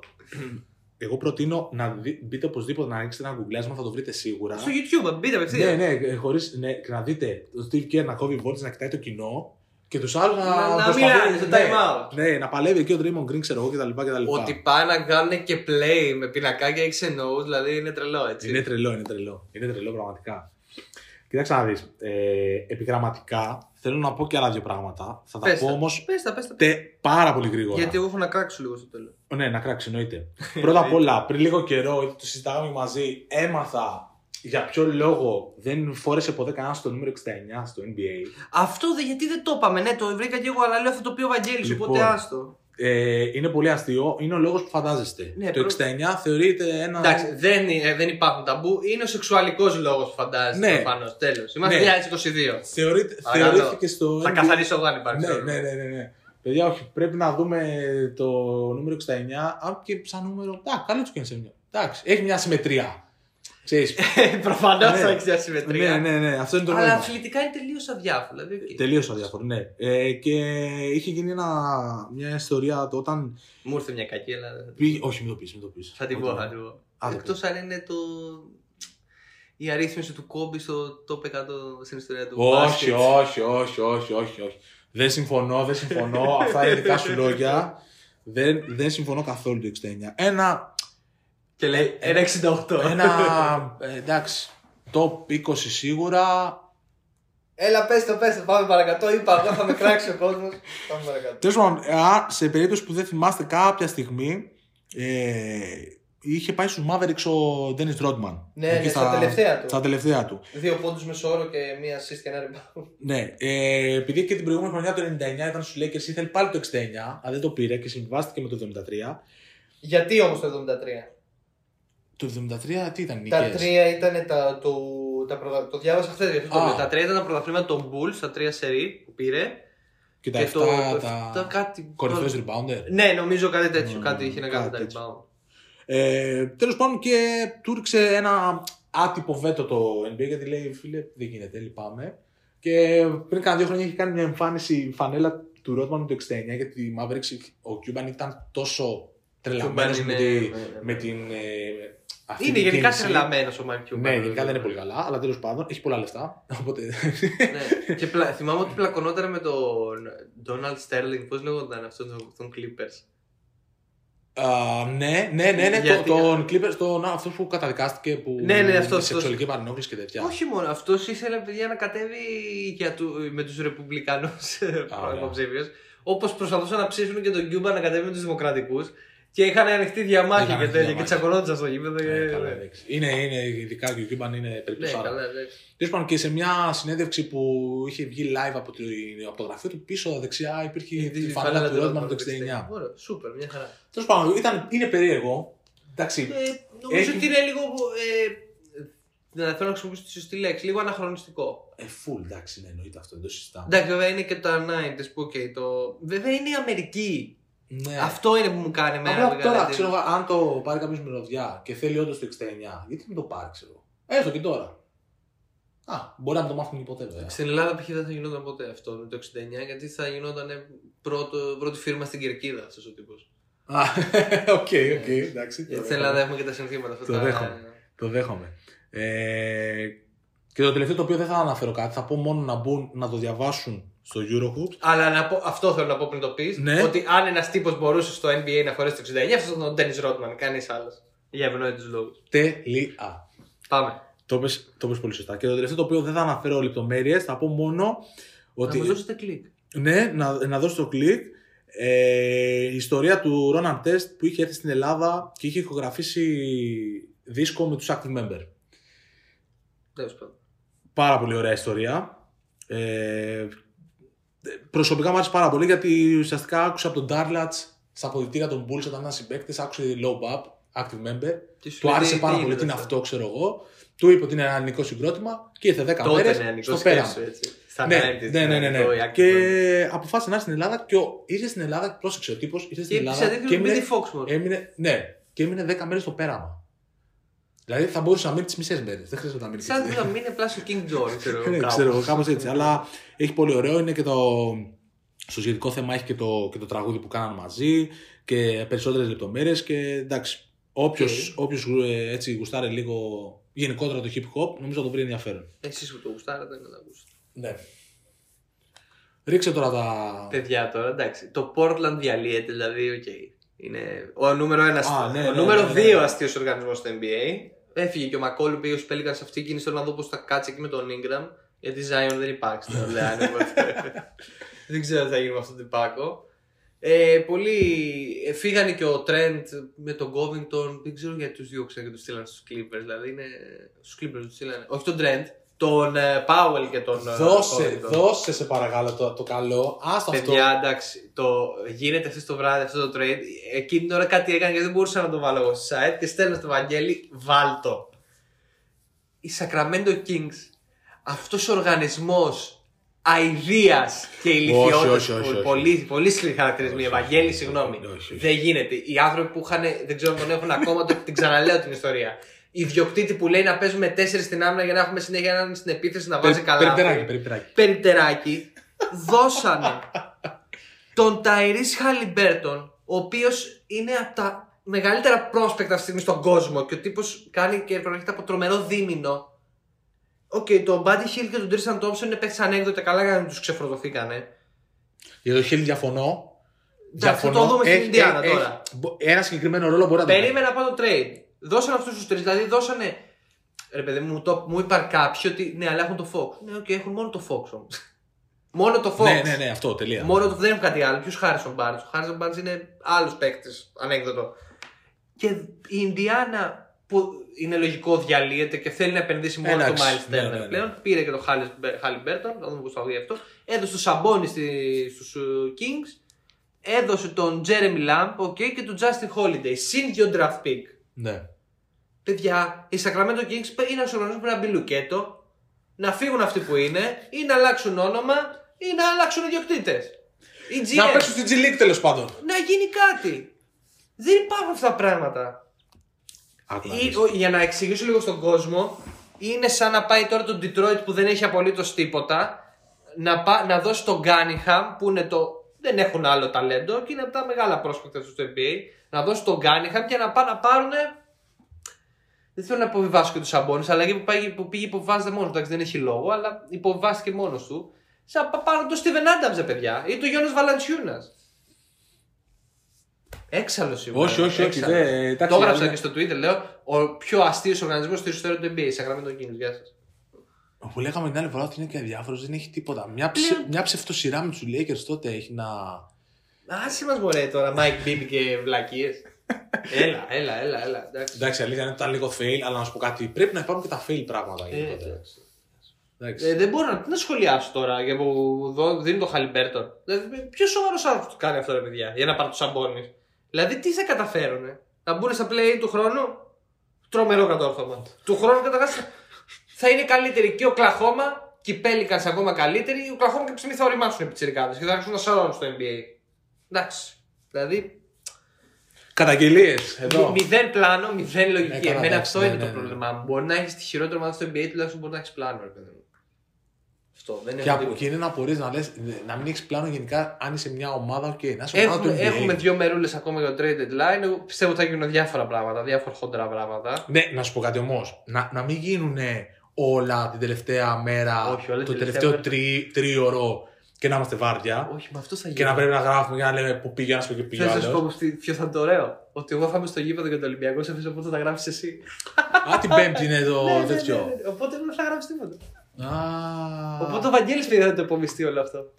Speaker 1: εγώ προτείνω να δει- μπείτε οπωσδήποτε να ανοίξετε ένα γκουγκλιάσμα, θα το βρείτε σίγουρα.
Speaker 2: Στο YouTube, μπείτε απευθείας.
Speaker 1: Ναι, ναι, ε, χωρίς, ναι, και να δείτε το Steve Kerr να κόβει βόλτες, να κοιτάει το κοινό και τους άλλους να,
Speaker 2: Να- να
Speaker 1: προσπαθούν-
Speaker 2: μιλάνε στο
Speaker 1: ναι,
Speaker 2: time out.
Speaker 1: Ναι, να παλεύει εκεί ο Draymond Green, ξέρω εγώ κτλ. κτλ.
Speaker 2: Ότι πάνε να κάνουν και play με πινακάκια ή ξενού, δηλαδή είναι τρελό έτσι.
Speaker 1: Είναι τρελό, είναι τρελό. Είναι τρελό πραγματικά. Κοιτάξτε να δεις, ε, επιγραμματικά θέλω να πω και άλλα δύο πράγματα. Θα τα
Speaker 2: Πες
Speaker 1: πω
Speaker 2: τα.
Speaker 1: όμως
Speaker 2: Πες τα, πες τα.
Speaker 1: τε, πάρα πολύ γρήγορα.
Speaker 2: Γιατί εγώ έχω να κράξω λίγο στο τέλος.
Speaker 1: Ναι, να κράξεις, εννοείται. Πρώτα απ' όλα, πριν λίγο καιρό, γιατί το συζητάγαμε μαζί, έμαθα για ποιο λόγο δεν φόρεσε ποτέ κανένας στο νούμερο 69 στο NBA.
Speaker 2: Αυτό δε, γιατί δεν το είπαμε, ναι, το βρήκα και εγώ, αλλά λέω αυτό το πει ο Βαγγέλης,
Speaker 1: Λοιπόν.
Speaker 2: οπότε άστο.
Speaker 1: Ε, είναι πολύ αστείο, είναι ο λόγος που φαντάζεστε.
Speaker 2: Ναι,
Speaker 1: το
Speaker 2: προ-
Speaker 1: 69 θεωρείται ένα.
Speaker 2: Εντάξει, δεν, είναι- δεν υπάρχουν ταμπού, είναι ο σεξουαλικός λόγος που φαντάζεσαι
Speaker 1: Ναι.
Speaker 2: προφανώς. Τέλος. Είμαστε
Speaker 1: Ναι.
Speaker 2: 2022.
Speaker 1: Θεωρείται,
Speaker 2: Παρακαλώ.
Speaker 1: θεωρήθηκε στο.
Speaker 2: Θα
Speaker 1: NBA.
Speaker 2: καθαρίσω εγώ αν υπάρχει.
Speaker 1: Ναι,
Speaker 2: πρόβλημα.
Speaker 1: ναι, ναι, ναι, ναι. Παιδιά, όχι, πρέπει να δούμε το νούμερο 69, αν και σαν νούμερο. Α, καλό του κάνει σε μια. Εντάξει, έχει μια συμμετρία. Ξέρεις,
Speaker 2: Προφανώς
Speaker 1: Ναι.
Speaker 2: θα έχει ασυμμετρία.
Speaker 1: ναι, ναι, ναι, αυτό είναι το
Speaker 2: Ε, Αλλά
Speaker 1: νόημα.
Speaker 2: αθλητικά είναι τελείως αδιάφορα. Δηλαδή, οκ.
Speaker 1: Τελείως αδιάφορο, ναι. Ε, και είχε γίνει ένα, μια ιστορία το όταν.
Speaker 2: Μου ήρθε μια κακή, αλλά.
Speaker 1: Πήγε... Όχι, μην το πεις, μην το πεις.
Speaker 2: Θα την πω, θα την πω.
Speaker 1: Α, το
Speaker 2: Εκτός αν είναι το. Η αρρύθμιση του κόμπι στο top 100 στην ιστορία του.
Speaker 1: Όχι,
Speaker 2: μπάσκετ.
Speaker 1: όχι, όχι, όχι, όχι, όχι. Δεν συμφωνώ, δεν συμφωνώ. Αυτά είναι δικά σου λόγια. Δεν, δεν συμφωνώ καθόλου το 69. Ένα.
Speaker 2: Και λέει 1,68.
Speaker 1: Ε, ένα ε, εντάξει. Top 20 σίγουρα.
Speaker 2: Έλα, πες το, πες το. Πάμε παρακατώ. Είπα, εγώ θα με κράξει ο κόσμος. Πάμε παρακατώ.
Speaker 1: Τέλος πάντων, εάν- σε περίπτωση που δεν θυμάστε κάποια στιγμή. Ε, είχε πάει στους Mavericks ο Dennis Rodman.
Speaker 2: Ναι,
Speaker 1: Εκεί
Speaker 2: ναι, στα τελευταία του.
Speaker 1: Στα τελευταία του.
Speaker 2: Δύο πόντους μεσόωρο και μία assist και ένα rebound.
Speaker 1: Ναι, ε, επειδή και την προηγούμενη χρονιά το 99 ήταν στους Lakers, ήθελε πάλι το 69, αλλά δεν το πήρε και συμβιβάστηκε με το 73.
Speaker 2: Γιατί όμως το 73.
Speaker 1: Το 73 τι ήταν,
Speaker 2: Τα
Speaker 1: νίκες.
Speaker 2: τρία ήταν τα, το, τα πρωτα... το διάβασα χθε. γι' αυτό το
Speaker 1: Α.
Speaker 2: λέω. Τα τρία ήταν τα πρωταθλήματα των Bulls, τα τρία σερί που πήρε.
Speaker 1: Και τα 7
Speaker 2: το, το
Speaker 1: τα,
Speaker 2: εφτά κάτι.
Speaker 1: κορυφαίους rebounder.
Speaker 2: Ναι, νομίζω κάτι τέτοιο.
Speaker 1: Μμμ,
Speaker 2: κάτι είχε να κάνει με
Speaker 1: κάτι
Speaker 2: τα rebound.
Speaker 1: Ε, Τέλος πάντων και του ρίξε ένα άτυπο βέτο το NBA γιατί λέει φίλε δεν γίνεται, λυπάμαι. Και πριν κάνα δύο χρόνια είχε κάνει μια εμφάνιση φανέλα του Ρότμαν του 69 γιατί η Mavericks, ο Cuban ήταν τόσο τρελαμένος
Speaker 2: Cuban
Speaker 1: με,
Speaker 2: είναι-
Speaker 1: τη-
Speaker 2: ναι, ναι, ναι.
Speaker 1: με την... ε, αυτή
Speaker 2: Είναι
Speaker 1: την
Speaker 2: γενικά
Speaker 1: κίνηση.
Speaker 2: τρελαμένος ο Μαρκ Cuban.
Speaker 1: Ναι, γενικά δεν είναι πολύ καλά, αλλά τέλος πάντων έχει πολλά λεφτά. Οπότε.
Speaker 2: Ναι. Και πλα... θυμάμαι ότι πλακωνόταν με τον Donald Sterling. Πώς λέγονταν αυτό τον, τον Clippers.
Speaker 1: Α, ναι, ναι, ναι, ναι.
Speaker 2: Γιατί-
Speaker 1: το- Τον Clippers, τον αυτός που καταδικάστηκε που.
Speaker 2: Ναι, ναι, αυτός,
Speaker 1: με
Speaker 2: αυτός.
Speaker 1: Σεξουαλική παρενόχληση και τέτοια.
Speaker 2: Όχι μόνο. Αυτός ήθελε παιδιά να κατέβει για του, με τους Ρεπουμπλικανούς
Speaker 1: ωραία.
Speaker 2: υποψήφιου. Όπως προσπαθούσαν να ψήσουν και τον Κιούμπα να κατέβει με τους Δημοκρατικούς. Και είχαν ανοιχτή διαμάχη
Speaker 1: Είχαν
Speaker 2: και
Speaker 1: ανοιχτή
Speaker 2: τέτοια. Και
Speaker 1: διαμάχη.
Speaker 2: τσακωνόντουσαν στο γήπεδο. και-
Speaker 1: Ε, καλά, εντάξει. είναι, είναι, ειδικά και ο Cuban είναι
Speaker 2: Ναι,
Speaker 1: περίπτωση.
Speaker 2: καλά, εντάξει.
Speaker 1: Τέλος πάντων, και σε μια συνέντευξη που είχε βγει live από το, από το γραφείο του, πίσω δεξιά υπήρχε η φανέλα του Ρότμαν το 69.
Speaker 2: Ωραία, σούπερ, μια χαρά.
Speaker 1: Τέλος πάντων, ήταν, είναι περίεργο. Εντάξει,
Speaker 2: Ε, νομίζω
Speaker 1: Έχει-
Speaker 2: ότι είναι λίγο. Ε, δεν θέλω να χρησιμοποιήσω τη σωστή λέξη. Λίγο αναχρονιστικό.
Speaker 1: ε, full, εντάξει, ναι, εννοείται αυτό, δεν το συζητάμε.
Speaker 2: Εντάξει, βέβαια είναι και τα 90s που okay, το. Βέβαια είναι η Αμερική.
Speaker 1: Ναι.
Speaker 2: Αυτό είναι που μου κάνει εμένα. δηλαδή.
Speaker 1: Απλά
Speaker 2: την
Speaker 1: τώρα,
Speaker 2: καραντίνα.
Speaker 1: ξέρω εγώ, αν το πάρει κάποιος μυρωδιά και θέλει όντως το 69, γιατί μην το πάρει, ξέρω εγώ. Έστω και τώρα. Α, μπορεί να μην το μάθουν και ποτέ, βέβαια.
Speaker 2: Στην Ελλάδα π.χ. δεν θα γινόταν ποτέ αυτό με το 69, γιατί θα γινόταν πρώτο, πρώτη φίρμα στην Κερκίδα αυτός ο τύπος.
Speaker 1: Α, οκ, οκ, εντάξει.
Speaker 2: Γιατί στην Ελλάδα έχουμε και τα συνθήματα αυτά.
Speaker 1: Το
Speaker 2: τα-
Speaker 1: δέχομαι. Το δέχομαι. Ε, και το τελευταίο το οποίο δεν θα αναφέρω κάτι, θα πω μόνο να μπουν να το διαβάσουν στο Eurohoops.
Speaker 2: Αλλά να πω, αυτό θέλω να πω πριν το πεις.
Speaker 1: Ναι.
Speaker 2: Ότι αν ένας τύπος μπορούσε στο NBA να φορέσει το 69, αυτός ήταν ο Ντένι Ρότμαν, κανείς άλλος. Για ευνόητους λόγους.
Speaker 1: Τελεία.
Speaker 2: Πάμε.
Speaker 1: Το πες, το πες πολύ σωστά. Και το τελευταίο το οποίο δεν θα αναφέρω λεπτομέρειες, θα πω μόνο ότι...
Speaker 2: Να μου δώσετε κλικ.
Speaker 1: Ναι, να, να δώσω το κλικ. Ε, η ιστορία του Ronan Test που είχε έρθει στην Ελλάδα και είχε ηχογραφήσει δίσκο με τους Active Member.
Speaker 2: Τέλος πάντων.
Speaker 1: Πάρα πολύ ωραία ιστορία. Ε, προσωπικά μου άρεσε πάρα πολύ γιατί ουσιαστικά άκουσα από τον Ντάρλατς στα αποδητήρια των Bulls όταν ήταν συμπαίκτης, άκουσε low bap, active member.
Speaker 2: Τι σου
Speaker 1: Του
Speaker 2: λέει,
Speaker 1: άρεσε
Speaker 2: τι-
Speaker 1: πάρα
Speaker 2: τι
Speaker 1: πολύ,
Speaker 2: είναι
Speaker 1: τι είναι
Speaker 2: αυτό.
Speaker 1: αυτό, ξέρω εγώ. Του είπε ότι είναι ένα ελληνικό συγκρότημα και ήρθε 10
Speaker 2: Τότε
Speaker 1: μέρες
Speaker 2: είναι ανοιχτό
Speaker 1: στο πέραν.
Speaker 2: σκέψου έτσι. Στα
Speaker 1: Ναι,
Speaker 2: 90s,
Speaker 1: ναι, ναι, ναι, ναι.
Speaker 2: το React
Speaker 1: Και
Speaker 2: Band.
Speaker 1: αποφάσισε να έρθει στην Ελλάδα και ο- ήρθε στην Ελλάδα, πρόσεξε ο τύπος, ήρθε στην
Speaker 2: Και σε
Speaker 1: Ελλάδα
Speaker 2: αντίθεση
Speaker 1: και
Speaker 2: με τη
Speaker 1: έμεινε,
Speaker 2: Foxmore.
Speaker 1: έμεινε, ναι, και έμεινε 10 μέρες στο πέραμα. Δηλαδή θα μπορούσε να μείνει τις μισές μέρες, δεν χρειάζεται να μείνει.
Speaker 2: Σαν
Speaker 1: τις-
Speaker 2: να μην είναι πλάσιο King John, ξέρω εγώ.
Speaker 1: Ναι,
Speaker 2: κάπως.
Speaker 1: ξέρω εγώ, κάπως έτσι. αλλά έχει πολύ ωραίο. Είναι και το. Στο σχετικό θέμα έχει και το, και το τραγούδι που κάναν μαζί και περισσότερες λεπτομέρειες. Και εντάξει, όποιος
Speaker 2: Οκ.
Speaker 1: όποιος, ε, έτσι γουστάρει λίγο γενικότερα το hip hop, νομίζω θα το βρει ενδιαφέρον.
Speaker 2: Εσείς που το γουστάρατε να τα ακούσετε.
Speaker 1: Ναι. Ρίξε τώρα τα.
Speaker 2: Παιδιά τώρα, εντάξει. Το Portland διαλύεται, δηλαδή, οκ. Είναι ο νούμερο ένας.
Speaker 1: Α, ναι,
Speaker 2: ο
Speaker 1: ναι,
Speaker 2: νούμερο
Speaker 1: ναι, ναι.
Speaker 2: 2 αστείος οργανισμός στο NBA. Έφυγε και ο Μακόλου πήγε στους Pelicans αυτή και είναι στο να δω πώς θα κάτσει εκεί με τον Ingram. Γιατί Zion δεν υπάρχει στην Ορλεάνη. οπότε δεν ξέρω τι θα γίνει με αυτόν τον πάκο. Ε, πολλοί ε, φύγανε και ο Trent με τον Covington. Δεν ξέρω γιατί τους διώξαν και τους στείλαν στους Clippers. Δηλαδή είναι. Στους Clippers τους στείλανε. Όχι τον Trent, τον ε, Powell και τον. ε,
Speaker 1: Δώσε,
Speaker 2: Covington.
Speaker 1: δώσε σε παρακαλώ το, το καλό. Άστα αυτό.
Speaker 2: Παιδιά, εντάξει, το γίνεται χθες το βράδυ αυτό το trade. Εκείνη την ώρα κάτι έκανε και δεν μπορούσα να το βάλω εγώ στο site και στέλνω στο Βαγγέλη, βάλτο. Η Sacramento Kings, αυτός ο οργανισμός αηδίας και ηλικιότητας,
Speaker 1: όχι, όχι, όχι.
Speaker 2: πολύ, πολύ σκληροί χαρακτηρισμοί,
Speaker 1: Όχι, όχι,
Speaker 2: Ευαγγέλη,
Speaker 1: όχι,
Speaker 2: συγγνώμη,
Speaker 1: όχι, όχι.
Speaker 2: δεν γίνεται. Οι άνθρωποι που είχαν, δεν ξέρω αν τον έχουν ακόμα, το, την ξαναλέω την ιστορία. Η διοκτήτη που λέει να παίζουμε τέσσερις στην άμυνα για να έχουμε συνέχεια έναν στην επίθεση να βάζει
Speaker 1: Περι-
Speaker 2: καλά.
Speaker 1: περιπτεράκι, περιπτεράκι.
Speaker 2: Περιπτεράκι δώσανε τον Ταϊρής Χαλιμπέρτον, ο οποίος είναι από τα μεγαλύτερα πρόσπεκτα αυτή τη στιγμή στον κόσμο και ο τύπος κάνει και προέρχεται από τρομερό δίμηνο. Οκ, το Buddy Hill και τον Tristan Thompson είναι παίχτες ανέκδοτα, καλά κάνανε τους ξεφορτωθήκανε.
Speaker 1: Ναι. Για το χίλι διαφωνώ. Ε,
Speaker 2: Εντάξει, θα το δούμε στην Ιντιάνα τώρα.
Speaker 1: Ένα συγκεκριμένο ρόλο μπορεί να το κάνει.
Speaker 2: Περίμενα πάω το trade. Δώσανε αυτούς τους τρεις. Δηλαδή δώσανε. Ρε παιδί μου, το, μου είπαν κάποιοι ότι ναι, αλλά έχουν το Fox. Ναι, οκ, έχουν μόνο το Fox όμως. μόνο το Fox.
Speaker 1: Ναι, ναι, ναι, αυτό τελεία.
Speaker 2: Μόνο του δεν έχουν κάτι άλλο. Ποιος Χάρισον Barnes. Ο Χάρισον Barnes είναι άλλος παίκτης, ανέκδοτο. Και η Ινδιάνα που είναι λογικό διαλύεται και θέλει να επενδύσει μόνο
Speaker 1: Εντάξει,
Speaker 2: στο Miles Turner
Speaker 1: ναι, ναι, ναι.
Speaker 2: πλέον. Πήρε και τον Χάλιμπερτον, θα δούμε πώς θα βγει αυτό. Έδωσε τον Σαμπόνι στου Kings. Έδωσε τον Τζέρεμι Λαμπ okay, και τον Justin Holiday. Συν δύο draft pick.
Speaker 1: Ναι.
Speaker 2: Παιδιά, οι Sacramento Kings είναι ένα οργανισμό που να μπει λουκέτο, να φύγουν αυτοί που είναι, ή να αλλάξουν όνομα, ή να αλλάξουν ιδιοκτήτες. Η GM.
Speaker 1: Να παίξουν στην G League τέλος πάντων.
Speaker 2: να γίνει κάτι. Δεν υπάρχουν αυτά τα πράγματα.
Speaker 1: Άκου να
Speaker 2: Ή-
Speaker 1: δεις.
Speaker 2: ο- για να εξηγήσω λίγο στον κόσμο, είναι σαν να πάει τώρα το Detroit που δεν έχει απολύτως τίποτα, να, πά, να δώσει τον Γκάνιχαμ που είναι το. Δεν έχουν άλλο ταλέντο και είναι από τα μεγάλα πρόσπεκτα του στο NBA. Να δώσει τον Γκάνιχαμ και να πάνε να πάρουν. Δεν θέλω να υποβιβάσω και τους Σαμπόνι, αλλά εκεί που, πάει, που πήγε υποβιβάζεται μόνος του. Εντάξει, δεν έχει λόγο, αλλά υποβιβάστηκε μόνος του. Σαν να πα- πάρουν τον Στίβεν Άνταμζε, παιδιά, ή τον Γιώργο Βαλαντσιούνας. Έξαλλος είμαι.
Speaker 1: Όχι, όχι, όχι,
Speaker 2: έξαλλος.
Speaker 1: δε, ε, εντάξει,
Speaker 2: το έγραψα
Speaker 1: αλλά-
Speaker 2: και στο Twitter, λέω. Ο πιο αστείος οργανισμός στην ιστορία του NBA. Σακραμέντο Kings, γεια σας.
Speaker 1: Που λέγαμε την άλλη φορά ότι είναι και αδιάφορο, δεν έχει τίποτα. Μια, ψε, μια ψευτοσυρά με τους Lakers τότε έχει να.
Speaker 2: Άσε μας μωρέ τώρα, Mike Bibby και βλακίες. έλα, έλα, έλα, έλα. Εντάξει.
Speaker 1: Εντάξει, αλήθεια είναι ότι ήταν λίγο fail, αλλά να σου πω κάτι. Πρέπει να υπάρχουν και τα fail πράγματα
Speaker 2: Ε,
Speaker 1: γενικότερα.
Speaker 2: εντάξει.
Speaker 1: Εντάξει.
Speaker 2: Ε, δεν μπορώ να, τι να σχολιάσω τώρα για που δω- δίνει το Χαλιμπέρτον. Δηλαδή, ποιος σοβαρός άνθρωπος το κάνει αυτό, ρε παιδιά, για να πάρει του σαμπόνι. Δηλαδή, τι θα καταφέρουνε, να μπουν στα play του χρόνου. Τρομερό κατόρθωμα. του χρόνου καταρχάς θα είναι καλύτεροι και ο Κλαχώμα και οι Pelicans ακόμα καλύτεροι. Ο Κλαχώμα και τη στιγμή θα οριμάσουν οι πιτσιρικάδες και θα αρχίσουν να σαρώνουν στο NBA. Εντάξει. Δηλαδή,
Speaker 1: Καταγγελίες εδώ.
Speaker 2: Μη- Μηδέν πλάνο, μηδέν
Speaker 1: Ναι,
Speaker 2: λογική.
Speaker 1: καλά,
Speaker 2: Εμένα
Speaker 1: εντάξει,
Speaker 2: αυτό
Speaker 1: ναι,
Speaker 2: είναι
Speaker 1: ναι,
Speaker 2: το
Speaker 1: ναι.
Speaker 2: πρόβλημά μου. Μπορεί να έχεις τη χειρότερη ομάδα στο NBA, τουλάχιστον μπορεί να έχεις πλάνο, ρε παιδί μου. Αυτό δεν
Speaker 1: Και,
Speaker 2: έχω
Speaker 1: από-
Speaker 2: τίποτα.
Speaker 1: και είναι να μπορείς να λες, να μην έχεις πλάνο γενικά αν είσαι μια ομάδα. Οκ, να είσαι ομάδα
Speaker 2: Έχουμε,
Speaker 1: του NBA.
Speaker 2: έχουμε δύο μερούλες ακόμα για το trade deadline. Εγώ Πιστεύω ότι θα γίνουν διάφορα πράγματα, διάφορα χοντρά πράγματα.
Speaker 1: Ναι, να σου πω κάτι όμως. Να, να μην γίνουν όλα την τελευταία μέρα,
Speaker 2: Όχι, όλα την
Speaker 1: το
Speaker 2: τελευταία
Speaker 1: τελευταίο τρι, τρίωρο και να είμαστε βάρδια.
Speaker 2: Όχι, με αυτό θα γίνει.
Speaker 1: Και να πρέπει να γράφουμε και να λέμε που πήγε ένας και πήγε
Speaker 2: Θέλω να σα πω
Speaker 1: άλλο.
Speaker 2: όμως τι- ποιο θα είναι το ωραίο. Ότι εγώ θα είμαι στο γήπεδο για το Ολυμπιακό, σε αφήσω πότε θα γράψει εσύ.
Speaker 1: Α, την Πέμπτη είναι
Speaker 2: Ναι, ναι,
Speaker 1: το
Speaker 2: ναι, ναι,
Speaker 1: τέτοιο.
Speaker 2: ναι. Οπότε δεν θα γράψεις τίποτα.
Speaker 1: Α.
Speaker 2: Οπότε ο Βαγγέλης πήγε να το υπομειστεί όλο αυτό.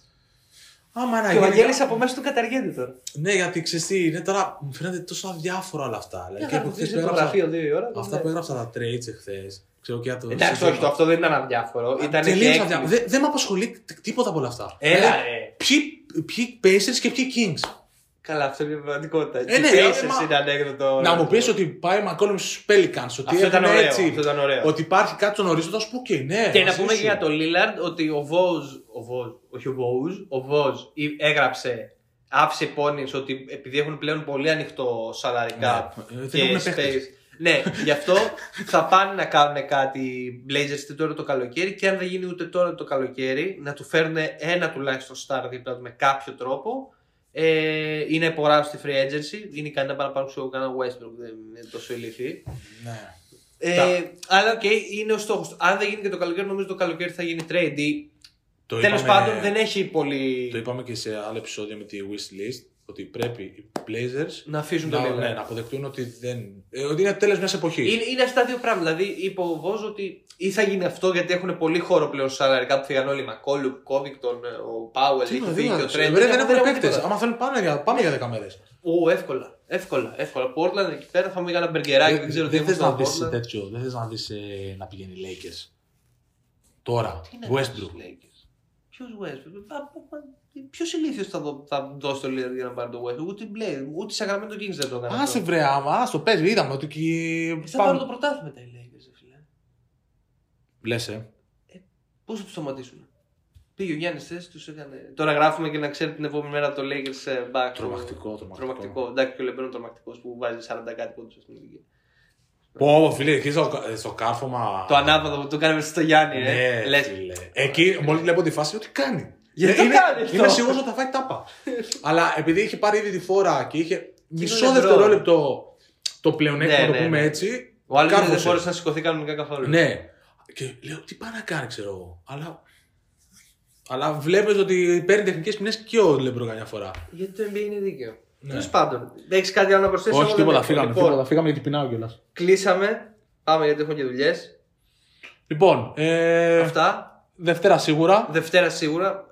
Speaker 1: Άμα ένα
Speaker 2: Και ο
Speaker 1: γίνει-
Speaker 2: Βαγγέλης από μέσα του καταργέται τώρα.
Speaker 1: Ναι, γιατί ξέρεις τι, είναι τώρα, μου φαίνονται τόσο αδιάφορα όλα αυτά. Δηλαδή, και
Speaker 2: Και
Speaker 1: από χθες που
Speaker 2: το
Speaker 1: έγραψα-
Speaker 2: γραφείο δύο η ώρα.
Speaker 1: Αυτά που έγραψα τα trades εχθέ. Ξέρω και για το.
Speaker 2: Εντάξει,
Speaker 1: σύντομα.
Speaker 2: όχι, το αυτό δεν ήταν αδιάφορο. Ήταν και Ε,
Speaker 1: Τελείως
Speaker 2: έκπληξη.
Speaker 1: αδιάφορο. Δεν δεν με απασχολεί τ- τίποτα από όλα αυτά.
Speaker 2: Έλα,
Speaker 1: Δηλαδή,
Speaker 2: ρε.
Speaker 1: Ποιοι, ποιοι Pacers και ποιοι Kings.
Speaker 2: Καλά, αυτό είναι η πραγματικότητα.
Speaker 1: Ε, ναι,
Speaker 2: Τι
Speaker 1: ρε,
Speaker 2: Pacers
Speaker 1: μα-
Speaker 2: είναι ανέκδοτο.
Speaker 1: Να μου πεις ότι πάει Μακόλμ στου Pelicans, ότι
Speaker 2: Αυτό ήταν
Speaker 1: έγινε
Speaker 2: ωραίο.
Speaker 1: έτσι.
Speaker 2: Αυτό ήταν ωραίο.
Speaker 1: Ότι υπάρχει κάτι στον ορίζοντα, σου πω και ναι.
Speaker 2: Και να
Speaker 1: μαζί
Speaker 2: πούμε και
Speaker 1: σου.
Speaker 2: για τον Λίλαρντ ότι ο Βόζ, ο Βόζ, όχι ο Βόζ, ο Βόζ ή- έγραψε, άφησε πόνις ότι επειδή έχουν πλέον πολύ ανοιχτό σαλαρικά
Speaker 1: Ναι, ε,
Speaker 2: και
Speaker 1: δεν έχουν
Speaker 2: space.
Speaker 1: παίχτες.
Speaker 2: Ναι, γι' αυτό θα πάνε να κάνουν κάτι οι Blazers είτε τώρα το καλοκαίρι και αν δεν γίνει ούτε τώρα το καλοκαίρι να του φέρουν ένα τουλάχιστον star δίπλα του με κάποιο τρόπο. Ε, είναι υπογράφει στη free agency, είναι ικανή να πάνε να πάρουν ξέρω, κανένα Westbrook, δεν είναι τόσο ηλικία.
Speaker 1: Ναι.
Speaker 2: Ε, αλλά οκ, είναι ο στόχος. Αν δεν γίνει και το καλοκαίρι, νομίζω το καλοκαίρι θα γίνει trade. ή
Speaker 1: Το
Speaker 2: Τέλος
Speaker 1: είπαμε-
Speaker 2: πάντων, δεν έχει πολύ.
Speaker 1: Το είπαμε και σε άλλο επεισόδιο με τη Wishlist ότι πρέπει οι Blazers
Speaker 2: Να αφήσουν το
Speaker 1: να,
Speaker 2: λίγο.
Speaker 1: ναι, να αποδεχτούν ότι, δεν, ε, ότι είναι τέλος μιας εποχής.
Speaker 2: Είναι, είναι αυτά τα δύο πράγματα. Δηλαδή, είπε ο Βόζ ότι ή θα γίνει αυτό γιατί έχουν πολύ χώρο πλέον στα σαλαρικά που φύγαν όλοι. Μακόλου, Κόβικτον, ο Πάουελ,
Speaker 1: Τι
Speaker 2: έχει
Speaker 1: να
Speaker 2: φύγει
Speaker 1: δούμε,
Speaker 2: και ο
Speaker 1: ρε,
Speaker 2: Τρέντ.
Speaker 1: Δεν έχουν παίκτε. Άμα θέλουν, πάμε για- πάμε για 10 μέρες.
Speaker 2: Ού, εύκολα. Εύκολα. εύκολα. Portland εκεί πέρα θα μου έκανα μπεργκεράκι, Ε, δεν ξέρω τι
Speaker 1: δεν
Speaker 2: έχουν
Speaker 1: θες να
Speaker 2: στο
Speaker 1: δεις
Speaker 2: Portland.
Speaker 1: τέτοιο, δεν θες να δεις ε, να πηγαίνει οι Lakers. Τώρα,
Speaker 2: Τι είναι αυτός,
Speaker 1: Westbrook.
Speaker 2: λέει. Ποιος Westbrook. Α, πα- πα- Ποιος ηλίθιος θα, δω- θα δώσει το Lillard για να πάρει το Westbrook. Ούτε, μπλε, ούτε σε γραμμένο το Kings δεν το έκανε.
Speaker 1: Άσε
Speaker 2: αυτό.
Speaker 1: βρε άμα, άστο πες, είδαμε ότι και...
Speaker 2: Ε, Θα πάρουν το πρωτάθλημα τα οι Lakers, ρε φίλε.
Speaker 1: Λες, ε.
Speaker 2: Πώς θα τους σταματήσουν. Πήγε ο Γιάννης θέση, τους έκανε... Τώρα γράφουμε και να ξέρετε την επόμενη μέρα το Lakers ε, back.
Speaker 1: Τρομακτικό, τρομακτικό.
Speaker 2: Τρομακτικό. Εντάξει, και ο Λεμπρόν τρομακτικός που βάζει 40 κάτι πόντους στην ηλικία.
Speaker 1: Πω, φίλε, εκεί στο, στο κάρφωμα...
Speaker 2: Το ανάποδο που το κάνουμε στο Γιάννη,
Speaker 1: Ναι,
Speaker 2: ε. Λες,
Speaker 1: φίλε. Εκεί, μόλις βλέπω τη φάση, ότι κάνει. Ε,
Speaker 2: Γιατί το
Speaker 1: είναι,
Speaker 2: κάνει αυτό?
Speaker 1: Είμαι σίγουρος ότι θα φάει τάπα. Αλλά επειδή είχε πάρει ήδη τη φόρα και είχε μισό
Speaker 2: λεπτό.
Speaker 1: δευτερόλεπτο το πλεονέκτημα,
Speaker 2: Ναι,
Speaker 1: να το
Speaker 2: ναι,
Speaker 1: πούμε
Speaker 2: ναι.
Speaker 1: έτσι,
Speaker 2: ο άλλος δεν
Speaker 1: κάρφωσε.
Speaker 2: μπόρεσε να σηκωθεί κανονικά καθόλου.
Speaker 1: Ναι. Και λέω, τι πάει να κάνει, ξέρω εγώ. Αλλά, αλλά βλέπεις ότι παίρνει τεχνικές ποινέ και ο Λεμπρό καμιά φορά.
Speaker 2: Γιατί το NBA είναι δίκαιο.
Speaker 1: Ναι.
Speaker 2: Τέλος πάντων, έχεις κάτι άλλο να προσθέσει.
Speaker 1: Όχι, τίποτα, φύγαμε.
Speaker 2: Λοιπόν,
Speaker 1: Τίποτα, φύγαμε γιατί πεινάω κιόλας.
Speaker 2: κλείσαμε. Πάμε γιατί έχουμε και δουλειές.
Speaker 1: Λοιπόν, ε,
Speaker 2: Αυτά.
Speaker 1: Δευτέρα σίγουρα.
Speaker 2: Δευτέρα σίγουρα.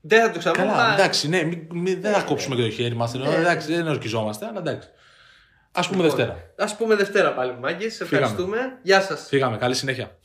Speaker 2: Δεν θα το ξαναπούμε.
Speaker 1: Καλά, Ε.
Speaker 2: μα-
Speaker 1: εντάξει, ναι, μη- μη- δεν θα κόψουμε και το χέρι μας. Εντάξει, δεν ορκιζόμαστε, αλλά εντάξει. Ας πούμε Δευτέρα.
Speaker 2: Ας πούμε Δευτέρα πάλι, μάγκε. Ευχαριστούμε. Γεια σας.
Speaker 1: Φύγαμε. Καλή συνέχεια.